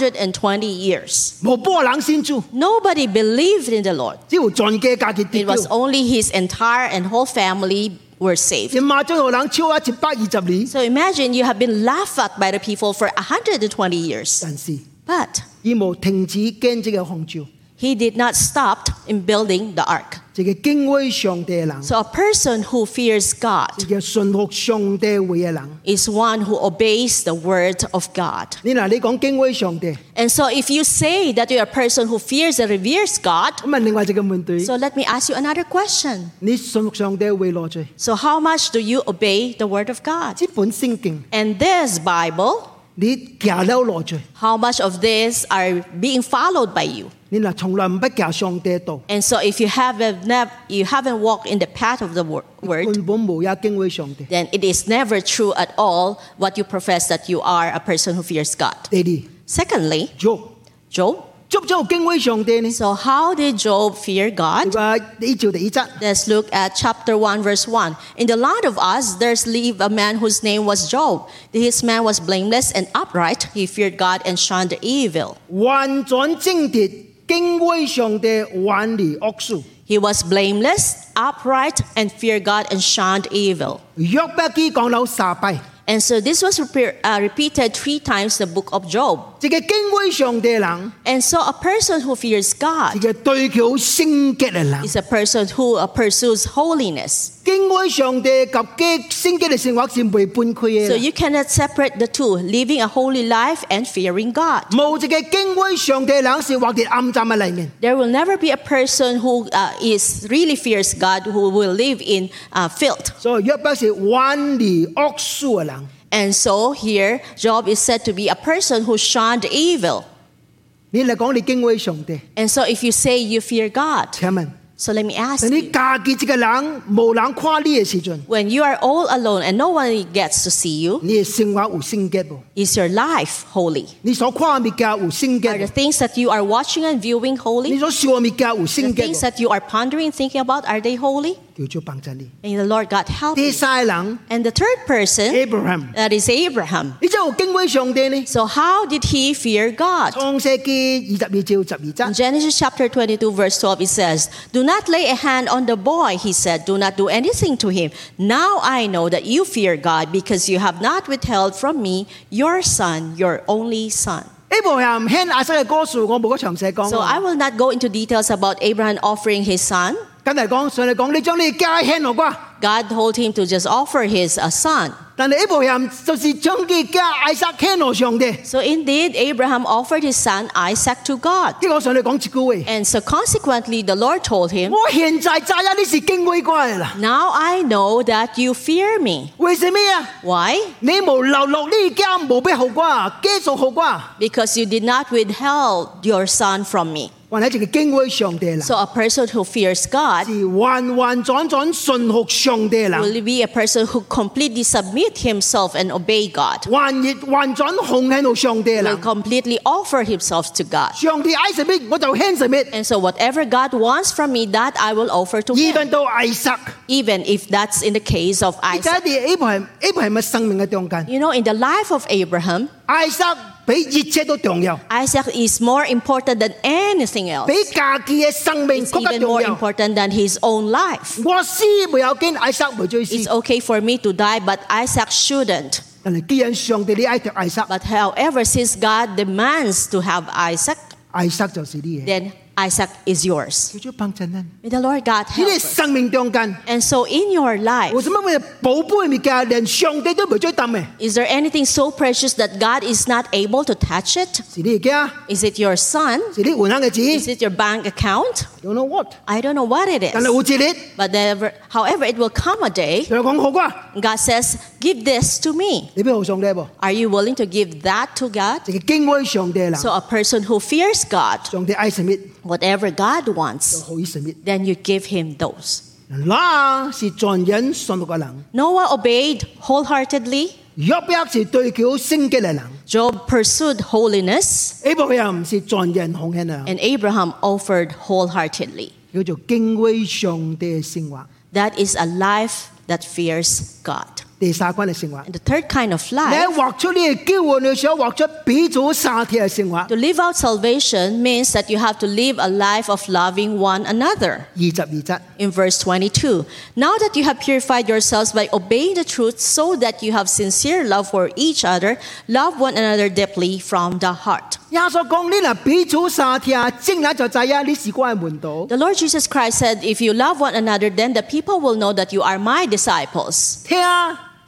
B: 120 years.
A: 無波冷先做，
B: Nobody believed in the Lord.
A: 只要全家家己跌
B: It
A: 掉。
B: was only his entire and whole family were
A: 你
B: saved.
A: 馬將好冷超啊，一百二十年，
B: So imagine you have been laughed at by the people for 120 years.
A: 但是
B: But
A: 伊無停止堅持嘅奉召，
B: he did not stop in building the ark.
A: 一個敬畏上帝嘅人，
B: So a person who fears God
A: 一個信服上帝會嘅人。
B: is one who obeys the word of God.
A: 你嗱，你講敬畏上帝，
B: And so if you say that you're a person who fears and reveres God,
A: 咁啊，另外一個問題，
B: so let me ask you another question.
A: 你信服上帝會攞罪？
B: So how much do you obey the word of God?
A: 呢本聖經，
B: And this Bible,
A: 你行了攞罪，
B: how much of this are being followed by you?
A: 你嗱從來唔不行上帝道，
B: And so if you haven't nev- you haven't walked in the path of the wor- word,
A: 根本無一敬畏上帝。
B: then it is never true at all what you profess that you are a person who fears God.
A: 第
B: Secondly,
A: 二，做。
B: Job.
A: 足足敬畏上帝呢？
B: So how did Job fear God?
A: 話呢照第一則，
B: Let's look at chapter 1, verse 1. In the land of us, there's lived a man whose name was Job. This man was blameless and upright. He feared God and shunned evil.
A: 運轉正直，敬畏上帝，遠離惡事。
B: He was blameless, upright, and feared God and shunned evil.
A: 約伯記講到十拜，
B: And so this was repe- uh, repeated three times in the book of Job.
A: 一個敬畏上帝嘅人，
B: And so a person who fears
A: 一
B: God
A: 個對佢好聖潔嘅人，
B: is a person who uh, pursues holiness.
A: 敬畏上帝及嘅聖潔嘅生活是唔會分開
B: So
A: 嘅。
B: you cannot separate the two, living a holy life and fearing God.
A: 冇一個敬畏上帝嘅人是活在暗淡嘅裏面，
B: There will never be a person who uh, is really fears God who will live in uh, filth.
A: 所以約伯是遠離惡事嘅人。
B: And so here, Job is said to be a person who shunned evil.
A: 你嚟講你敬畏上帝，
B: And so if you say you fear God,
A: 請問，
B: so let me ask
A: 當你
B: you,
A: 嫁結一個人無人誇你嘅時陣，
B: when you are all alone and no one gets to see you,
A: 你嘅生活有聖潔冇？
B: is your life holy?
A: 你所誇嘅教會聖
B: Are the
A: 潔，
B: things that you are watching and viewing
A: 你
B: holy?
A: 所笑嘅教會
B: The
A: 聖
B: things
A: 潔，
B: that you are pondering, thinking about, are they holy?
A: 叫做幫助你。
B: May the Lord God help
A: 第
B: you.
A: 三人
B: And the third person,
A: Abraham，
B: that is Abraham.
A: 你真係敬畏上帝呢？
B: So how did he fear God?
A: 創世記二十二章十二章，
B: In Genesis chapter 22, verse 12, it says, Do not lay a hand on the boy, he said. Do not do anything to him. Now I know that you fear God because you have not withheld from me your son, your only son.
A: Abraham 聽亞瑟嘅歌數，我冇得詳細
B: So I
A: 講。
B: will not go into details about Abraham offering his son.
A: 今日講上嚟講，你將你嘅家聽我啩，
B: God told him to just offer his uh, son.
A: 但係 Abraham 就是將佢嘅家艾撒聽我上帝。
B: So indeed, Abraham offered his son Isaac to God.
A: 即係我上嚟講一句話，
B: And so consequently, the Lord told him,
A: 我現在在啊，你是敬畏過嚟啦。
B: Now I know that you fear me.
A: 為什麼啊？
B: Why?
A: 你無流落呢家無咩後果啊？繼續後果啊？
B: because you did not withheld your son from me.
A: 或者淨係敬畏上帝啦，
B: So a person who fears God
A: 是完完全全信服上帝啦，
B: will be a person who completely submit himself and obey God.
A: 完熱完全控喺度上帝
B: Will
A: 啦。
B: completely offer himself to God.
A: 上帝 I submit，我就 hand submit，
B: And so whatever God wants from me, that I will offer to
A: 依
B: him.
A: 份到 I 實。
B: Even if that's in the case of
A: 而家
B: Isaac.
A: 啲 Abraham Abraham 嘅生命嘅中間
B: You know, in the life of Abraham,
A: i s 比熱車都重要，
B: Isaac is more important than anything else.
A: 比家己嘅生命
B: It's
A: 更加
B: even
A: 重
B: more
A: 要。
B: important than his own life.
A: 我死未有驚，i s 未追死
B: It's。okay for me to die, but Isaac shouldn't.
A: 但係既然上帝你愛着 i s
B: But however, since God demands to have Isaac,
A: i s 就是啲嘢。
B: then Isaac is yours.
A: 叫做幫襯人。
B: May the Lord God
A: 喺
B: help
A: 你
B: us.
A: 生命中間，
B: And so in your life,
A: 為什麼我哋寶貝咪嘅連上帝都唔追抌嘅？
B: is there anything so precious that God is not able to touch it?
A: 是你而家，
B: Is it your son?
A: 是你換下嘅
B: Is
A: 紙
B: it your bank account?
A: ，you know what？
B: I don't know what it
A: 但係
B: is.
A: 好似你，
B: But never, however, it will come a day.
A: 就講好啩，
B: God says, Give this to me.
A: 你邊好上帝噃？
B: Are you willing to give that to God?
A: 就係敬畏上帝啦。
B: So, a person who fears God,
A: 上帝愛 submit，
B: whatever God
A: 就
B: wants,
A: 可以 submit。
B: then you give him those.
A: 那是全人信服嘅人，
B: Noah obeyed wholeheartedly.
A: 約伯是對佢升級嘅人
B: Job pursued holiness.
A: a b r a h 是全人控嘅人，
B: And Abraham offered wholeheartedly.
A: 叫做敬畏上帝嘅生活。
B: That is a life that fears God.
A: 第三關嘅生活，
B: And the third kind of
A: 你
B: life
A: 喺活出呢個機會，你想活出彼此沙鐵嘅生活。
B: To live out salvation means that you have to live a life of loving one another.
A: 二十二節。
B: In verse 22, now that you have purified yourselves by obeying the truth, so that you have sincere love for each other, love one another deeply from the heart.
A: 耶穌講：呢嗱彼此撒帖，精眼就制啊！呢是關係門徒，
B: The Lord Jesus Christ said, If you love one another, then the people will know that you are my disciples.
A: 聽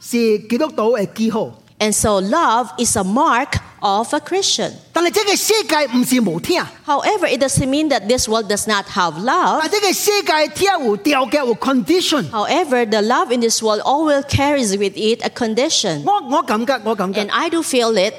A: 是基督徒嘅記號。
B: And so, love is a mark of a Christian.
A: 但係這個世界唔是無聽，
B: However, it doesn't mean that this world does not have love.
A: 但係這個世界聽有條件有 condition。
B: However, the love in this world always carries with it a condition.
A: 我我感覺，我感覺，
B: And I do feel it.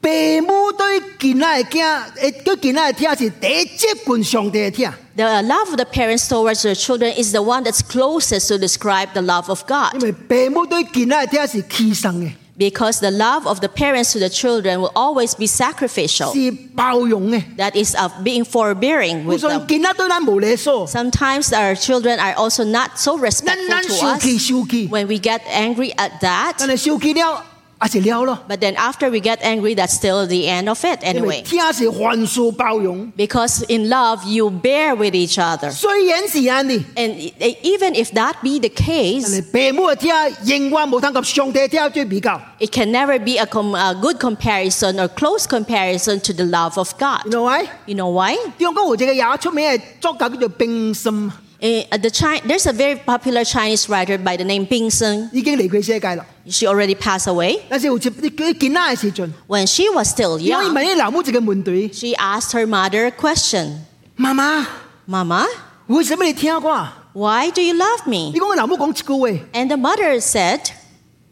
A: 父母對囡仔嘅聽，誒對囡仔嘅聽是第一接近上帝嘅聽。
B: The love of the parents towards their children is the one that's closest to describe the love of
A: 因
B: God.
A: 為父母對囡仔嘅聽是犧牲嘅，
B: Because the love of the parents to the children will always be sacrificial.
A: 是包容嘅。
B: That is of being forbearing
A: 我
B: with
A: 信
B: them.
A: 囡仔對咱無理數，
B: Sometimes our children are also not so
A: 咱
B: respectful
A: 咱
B: to
A: 生氣
B: us
A: 生氣，
B: when we get angry at
A: 但
B: that.
A: 係生氣了，也是了咯。
B: But then after we get angry, that's still the end of it
A: 因為
B: anyway.
A: 聽是寬恕包容。
B: Because in love, you bear with each other.
A: 雖然是安尼，
B: And e- even if that be the
A: 但
B: case,
A: 係父母嘅聽永遠冇通及上帝嘅聽最比較。
B: it can never be a, com- a good comparison or close comparison to the love of
A: You
B: God.
A: know why？
B: You know why?
A: 中國有一個也出名嘅作家叫做冰心，
B: Eh, uh, the Chi- there's a very popular Chinese writer by the name Ping Seng.
A: 已經離開世界啦。
B: She already passed away.
A: 但是好似佢佢見啦嘅時陣，
B: When she was still
A: 因為
B: young,
A: 問啲男母子嘅門隊，
B: she asked her mother a question
A: 媽媽，
B: Mama,
A: 為什麼你聽過啊？
B: why do you love
A: 你
B: me?
A: 講個男母講一句話，
B: And the mother said,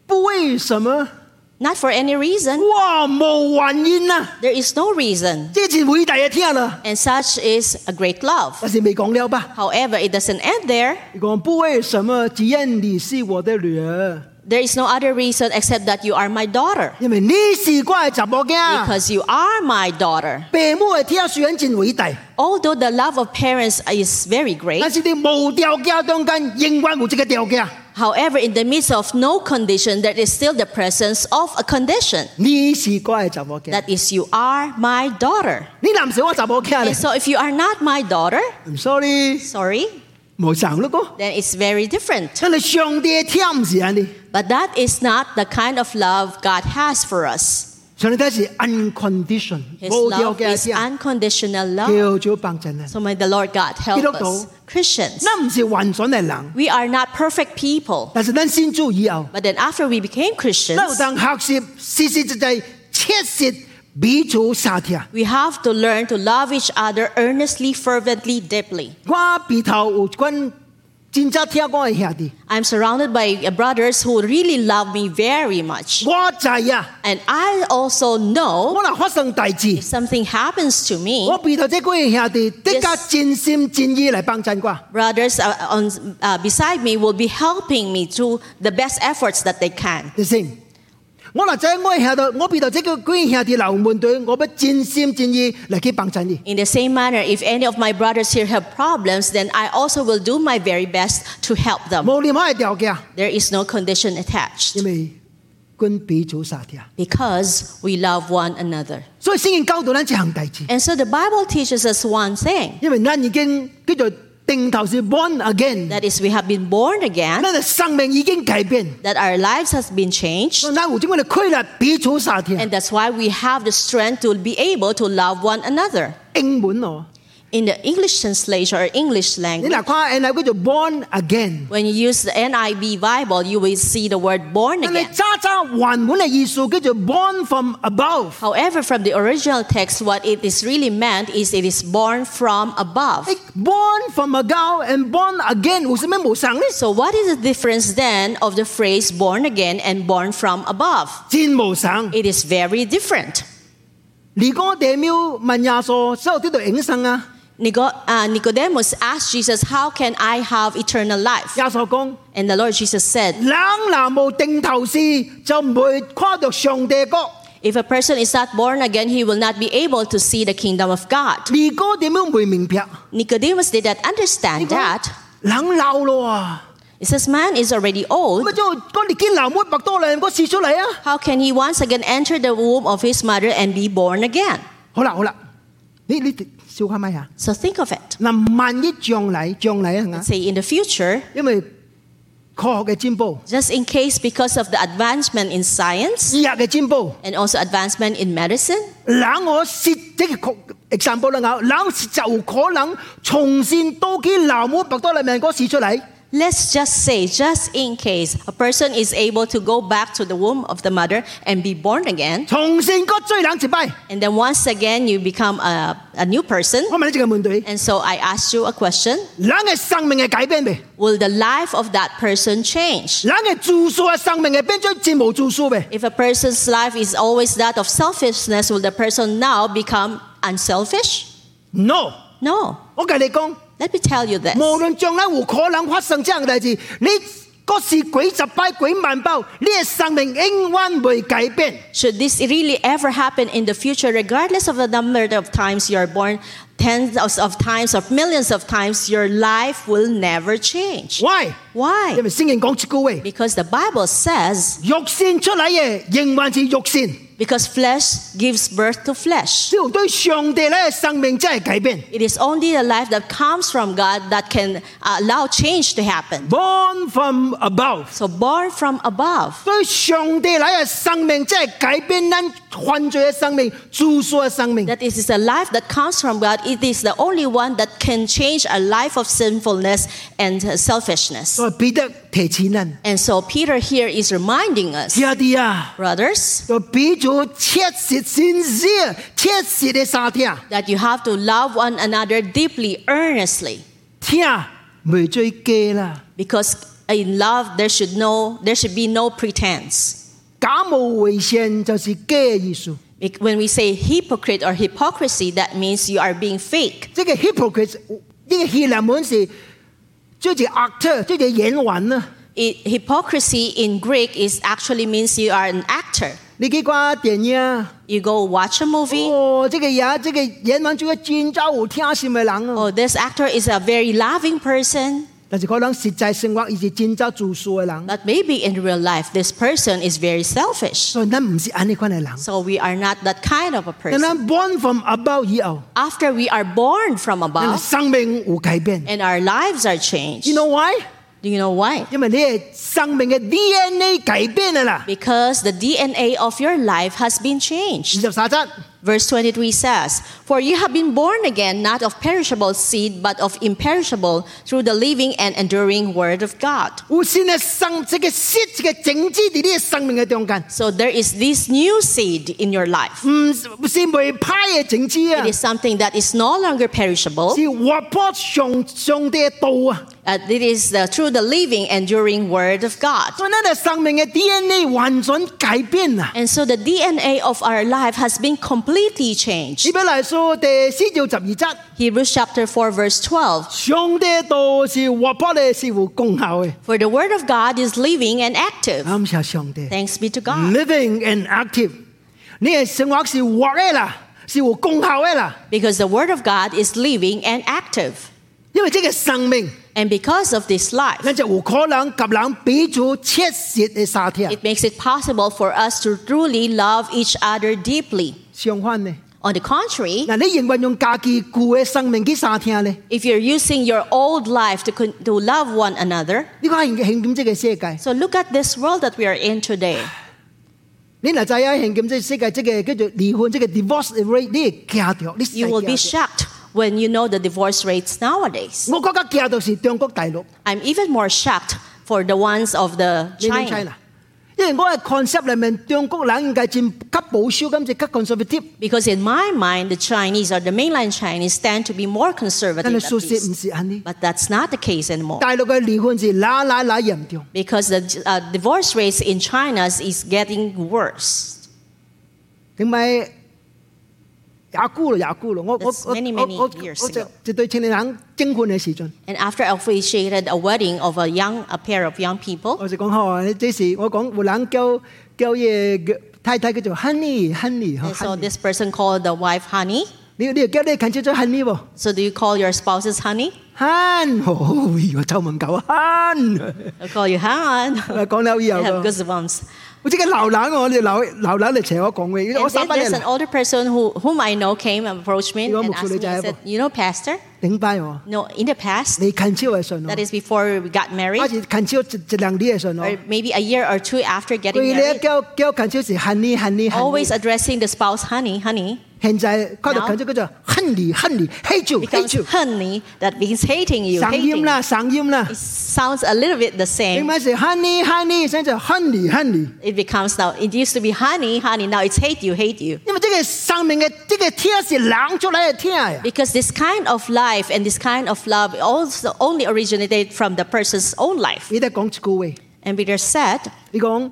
A: 不為什麼，
B: Not for any reason.
A: 哇無原因啊！
B: There is no reason.
A: 這是偉大嘅聽啦，
B: And such is a great love.
A: 但是未講了吧？
B: However, it doesn't end there.
A: 你講不為什麼，只因你是我的女兒，
B: There is no other reason except that you are my daughter.
A: 因為你是我嘅侄母嘅。
B: Because you are my daughter.
A: 父母係天選真偉大，
B: Although the love of parents is very great,
A: 但是你無條件中間永遠有一個條件，
B: however, in the midst of no condition, there is still the presence of a condition.
A: 你是我嘅查某囝，
B: That is, you are my daughter.
A: 你唔是我查某囝咧
B: And so if you are not my daughter,
A: I'm sorry，
B: sorry,
A: 冇上咯個。
B: then it's very different.
A: 真係上帝嘅天唔是安尼，
B: But that is not the kind of love God has for us.
A: 上帝是 uncondition，
B: His
A: 無條
B: love
A: 件
B: is
A: 嘅
B: unconditional
A: 天，
B: love.
A: 叫做幫襯啊！
B: So may the Lord God help us.
A: Kirokdo.
B: Christians,
A: 咱唔是完全嘅人，
B: we are not perfect people.
A: 但是咱先做以後，
B: But then after we became
A: 咱有
B: Christians,
A: 當學習，時時就際切實彼此相聽。
B: We have to learn to love each other earnestly, fervently, deeply.
A: 我鼻頭有一款一真正聽我嘅兄弟，
B: I'm surrounded by brothers who really love me very much.
A: 我知啊，
B: And I also
A: 我
B: know
A: 嗱發生大事
B: if，something happens to me,
A: 我邊頭即嗰個兄弟，即刻真心真意嚟幫襯我。
B: brothers uh, on, uh, beside me will be helping me to the best efforts that they can.
A: 你先，我嗱仔我嘅兄弟，我邊頭即個嗰個兄弟留門對，我要真心真意嚟去幫襯你。
B: In the same manner, if any of my brothers here have problems, then I also will do my very best to help them.
A: 無念可以掉嘅，
B: There is no condition attached
A: 因為君彼早殺嘅，
B: because we love one another.
A: 所以先經教導咱一行大事，
B: And so the Bible teaches us one thing
A: 因為咱已經叫做定頭是 born again。
B: that is, we have been born again,
A: 那的生命已经改变，
B: that our lives has been changed.
A: 所以那有这么的快乐彼此撒天，
B: And that's why we have the strength to be able to love one another.
A: 英文哦，
B: In the English translation or English
A: 你
B: language,
A: 嗱看，原來叫做 born again。
B: when you use the NIV Bible, you will see the word born
A: 但係
B: again.
A: 渣渣原本嘅意思叫做 born from above，
B: However, from the original text, what it is really meant is it is born from above.
A: 誒 born from above and born again 有什麼無相呢？
B: So, what is the difference then of the phrase born again and born from above?
A: 真無相。
B: It is very different.
A: 如果地廟問耶穌，所有啲度永生啊，
B: Nico- uh, Nicodemus asked Jesus, How can I have eternal life?
A: 耶穌講：
B: And the Lord Jesus said,
A: 冷男無定頭事，就唔會跨到上帝國。
B: If a person is not born again, he will not be able to see the kingdom of God.
A: 如果地廟唔會明白，
B: Nicodemus did not understand that.
A: 冷鬧咯啊！
B: He says, Man is already old.
A: 咁啊，之後嗰年堅流妹白多兩個試出嚟啊！
B: How can he once again enter the womb of his mother and be born again?
A: 好啦好啦，你你笑下咪啊！
B: So think of it.
A: 嗱，萬一將嚟將嚟啊係嘛
B: Say in the future,
A: 因為科學嘅進步、
B: just in case because of the advancement in science
A: 醫學嘅進步，
B: and also advancement in medicine,
A: 冷我涉即係確 example 啦，咬冷就可能從善到基流妹白多兩命嗰試出嚟，
B: let's just say, just in case a person is able to go back to the womb of the mother and be born again,
A: 從善嗰追冷接拜。
B: and then once again you become a, a new person.
A: 我問你一個問題：
B: And so I asked you a question
A: 冷嘅生命係改變未？
B: Will the life of that person change?
A: 冷嘅住數嘅生命係變咗戰無住數未？
B: If a person's life is always that of selfishness, will the person now become unselfish?
A: No，
B: No.
A: 我同你講。
B: Let me tell you this.
A: 無論將來有可能發生這樣嘅事，你嗰是幾十倍、幾萬倍，你嘅生命永遠會改變。
B: Should this really ever happen in the future, regardless of the number of times you are born, tens of times or millions of times, your life will never change.
A: Why？因
B: Why?
A: 為聖經講出句話，
B: Because the Bible says,
A: 肉善出嚟嘅仍還是肉善，
B: because flesh gives birth to flesh.
A: 只要對上帝咧生命真係改變。
B: It is only the life that comes from God that can uh, allow change to happen.
A: Born from above，
B: So, born from above.
A: 對上帝嚟嘅生命真係改變咱犯罪嘅生命、住宿嘅生命。
B: That it is a life that comes from God. It is the only one that can change a life of sinfulness and selfishness.
A: 所以彼得提醒人，
B: And so, Peter here is reminding us,
A: 兄弟啊，
B: brothers,
A: 就彼此切實先知，切實嘅沙啊聽。
B: that you have to love one another deeply, earnestly,
A: 听未最假啦，
B: because in love there should no there should be no pretense.
A: 假冒為善就是假嘅意思。
B: Bec- When we say hypocrite or hypocrisy, that means you are being fake.
A: 即個 hypocrite，呢個希臘文是即係 actor，即係演啊員啦。
B: It, hypocrisy in Greek is actually means you are an actor.
A: 你幾掛電影？啊
B: You go watch a movie.
A: 哦，即個嘢，即個演員做一專家有聽是咪人啊？
B: Oh, this actor is a very loving person,
A: 但是可能實際生活伊是專家做數嘅人，
B: but maybe in real life, this person is very selfish.
A: 所以咱唔是安尼款嘅人。
B: So we are not that kind of a
A: 但
B: person.
A: 咱 born from above 以後，
B: After we are born from
A: 咱的
B: above
A: 生命有改變。
B: and our lives are changed,
A: You know why？
B: do you know why?
A: 因為你嘅生命嘅 DNA 改變啦啦。
B: Because the DNA of your life has been
A: 二
B: changed.
A: 十三節。
B: Verse 23 says, For you have been born again, not of perishable seed, but of imperishable, through the living and enduring word of God.
A: 有新嘅生，即嘅 s 嘅整枝喺呢嘅生命嘅中間，
B: So there is this new seed in your life.
A: 唔嗯是未派嘅整枝啊
B: It，is something that is no longer perishable.
A: 是活潑上上帝嘅道啊，
B: Uh, it is the, through the living, enduring Word of God.
A: 所以呢，就生命嘅 DNA hoàn toàn 改变啦。
B: And so the DNA of our life has been completely changed.
A: 以比嚟書第四章十二節，
B: Hebrews chapter 4, verse 12.
A: 上帝嘅道是活潑嘅，是有功效嘅。
B: For the Word of God is living and active.
A: 感謝上帝
B: Thanks be to God.
A: ，living and active，你嘅生活是活嘅啦，是有功效嘅啦。
B: Because the Word of God is living and active.
A: 因為即係生命，
B: And because of this life,
A: 你就有可能及能彼此切切嘅撒天。
B: it makes it possible for us to truly love each other deeply.
A: 相反呢，
B: On the contrary,
A: 嗱你仍然用假期固嘅生命去撒天呢？
B: if you're using your old life to, con- to love one another,
A: 呢個係現今即嘅世界。
B: so look at this world that we are in today.
A: 你嗱就係現今即世界即嘅叫做離婚即嘅 divorce rate，你係驚掉，你
B: You will be
A: 世
B: shocked when you know the divorce rates nowadays.
A: 我國家驚到是中國大陸。
B: I'm even more shocked for the ones of the
A: 你
B: China.
A: 睇 China，因為我嘅 concept 裏面，中國人應該佔級保守，咁就級 conservative，
B: Because in my mind, the Chinese or the mainland Chinese tend to be more
A: 但係
B: conservative. at
A: 事實唔
B: least.
A: 是咁呢。
B: But that's not the case anymore.
A: 大陸嘅離婚是哪哪哪嚴重，
B: Because the uh, divorce rates in China is getting worse.
A: 點解也估咯也估咯？我我
B: That's
A: 我
B: many,
A: 我
B: many
A: 我
B: years
A: 我
B: ago.
A: 就就對青年人徵婚嘅時陣，
B: And after I officiated a wedding of a young, a pair of young people,
A: 我就講好啊，你這時我講湖南叫叫嘢太太叫做 honey honey
B: and
A: 嗬
B: so
A: honey
B: this person called the wife honey.
A: 你你又叫你近接咗 honey 喎
B: So do you call your spouses honey?
A: ，hun，哦，如果周文狗 hun，
B: I call you hon. [LAUGHS]
A: 講到以
B: I
A: 後
B: have
A: 個
B: goosebumps.
A: 我即刻流冷我，你流流冷嚟邪我講嘅，我
B: And
A: 三
B: then
A: 百
B: there's
A: 零
B: an older person who, whom I know came and approached me
A: Yung
B: and
A: mukso
B: asked me,
A: ni Jaya
B: he said,
A: po.
B: you know, pastor,
A: 頂拜我，
B: no, in the past,
A: 你近超係信我
B: that，is before we got
A: 我
B: married,
A: 是近超直直量啲係信我，
B: or maybe a year or two after
A: 佢
B: getting
A: 哋一
B: married,
A: 叫叫近超時 honey honey
B: always
A: honey，
B: addressing the spouse honey, honey,
A: 現在嗰度
B: Now-
A: 近超嗰度 honey honey hate you
B: becomes
A: hate you，
B: honey, that means hating you,
A: 上音
B: hating.
A: 啦上音啦
B: It，sounds a little bit the
A: 英
B: same.
A: 文是 honey honey，現在 honey honey，
B: It becomes now, it used to be honey, honey, now it's hate you, hate you.
A: 因為即個生命嘅即個天是冷出嚟嘅天啊。
B: Because this kind of life and this kind of love also only originated from the person's own life.
A: 你得講一句話，
B: And Peter said,
A: 你講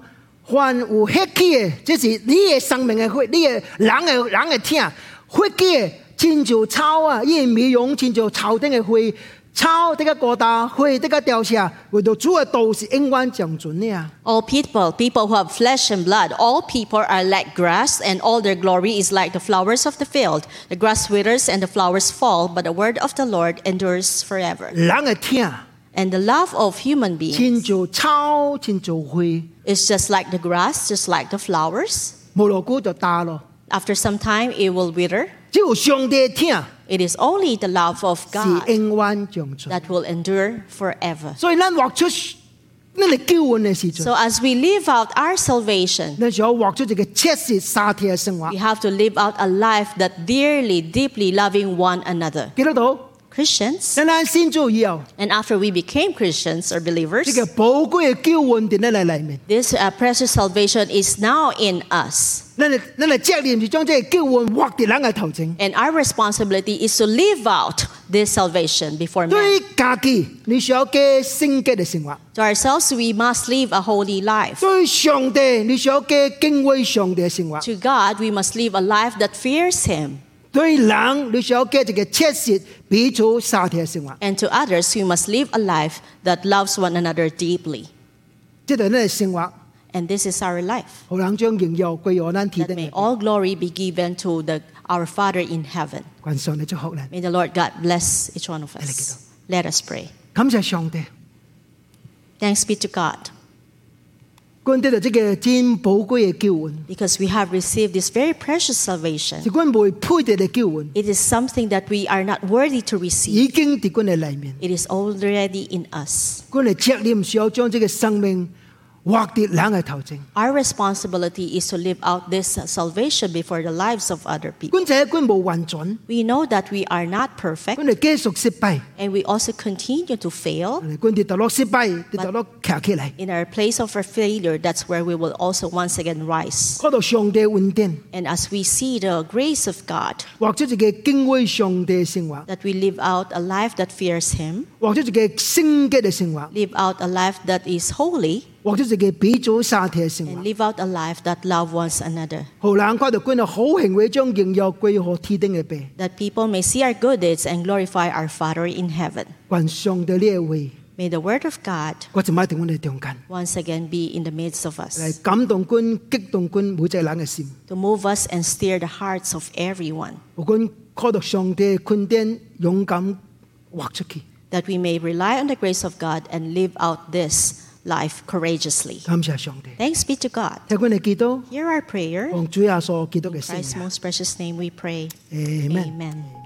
A: 還有血氣嘅，即是你嘅生命嘅血，你嘅冷嘅冷嘅天，血氣嘅親像草啊，伊美容親像草頂嘅血，草的個高大，血的個凋謝，唯獨主嘅道是永遠長存的啊！
B: All people, people who have flesh and blood, all people are like grass, and all their glory is like the flowers of the field. The grass withers and the flowers fall, but the word of the Lord endures forever.
A: 冷嘅天，
B: And the love of human beings
A: 親像草，親像血，
B: is just like the grass, just like the flowers.
A: 無偌久就大咯。
B: After some time, it will wither.
A: 只有上帝嘅天
B: It is only the love of
A: 是
B: God
A: 永遠長存，
B: that will endure forever.
A: 所以咱活出咱嚟救恩嘅時陣，
B: So, as we live out our salvation,
A: 咱想活出一個切實沙鐵嘅生活
B: we。have to live out a life that dearly, deeply loving one another.
A: 基督徒。
B: Christians,
A: 咱咱先做以後，
B: And after we became Christians or
A: 呢
B: believers,
A: 個寶貴嘅救恩在咱嚟裏面，
B: this uh, precious salvation is now in us.
A: 咱嚟咱嚟責任是將這個救恩畫在咱嘅頭前。
B: And our responsibility is to live out this salvation before men.
A: 對家己，你需要嘅聖潔嘅生活；
B: To ourselves, we must live a holy life.
A: 對上帝，你需要嘅敬畏上帝嘅生活；
B: To God, we must live a life that fears Him.
A: 對人，你需要嘅一個切實彼此沙鐵嘅生活。
B: And to others, we must live a life that loves one another deeply.
A: 即係咱嘅生活，
B: And this is our life.
A: 好人將榮耀歸我咱天
B: That
A: 頂
B: may
A: 嘅，
B: all glory be given to the, our Father in heaven.
A: 願上帝祝福咱。
B: May the Lord God bless each one of us. Let us pray.
A: 感謝上帝，
B: Thanks be to God.
A: 阮得到這個真寶貴嘅救恩，
B: Because we have received this very precious
A: 是
B: salvation.
A: 阮未配得嘅救恩，
B: It is something that we are not worthy to receive.
A: 已經在阮嘅裏面。
B: It is already in us.
A: 我哋責任需要將這個生命活跌人嘅頭前。
B: Our responsibility is to live out this salvation before the lives of other people.
A: 官仔一官冇運準，
B: We know that we are not perfect
A: 官哋繼續失敗，
B: and we also continue to fail.
A: 官跌到落失敗，跌到落騎起嚟。
B: In our place of our failure, that's where we will also once again rise.
A: 嗰度上帝恩典，
B: And as we see the grace of God,
A: 或者自己敬畏上帝嘅生活，
B: that we live out a life that fears Him,
A: 或者自己聖潔嘅生活，
B: live out a life that is holy,
A: 或者自己俾咗沙鐵嘅生
B: and
A: 活。
B: live out a life that loves ones another,
A: 好冷嗰度官啊，好行為將應有歸何天定嘅俾，
B: that people may see our good deeds and glorify our Father in heaven.
A: 關上帝呢一位，
B: May the Word of God
A: 嗰陣一定我哋中間
B: once again be in the midst of us.
A: 嚟感動官、激動官每隻冷嘅心。
B: to move us and steer the hearts of everyone,
A: 無管靠到上帝嘅恩典，勇敢畫出去。
B: that we may rely on the grace of God and live out this life courageously.
A: 感謝上帝，
B: Thanks be to God.
A: 聽官你祈禱，
B: Hear our prayer.
A: 望主耶穌基督嘅聖
B: Christ's
A: 名。
B: most precious name we pray.
A: Amen.
B: Amen.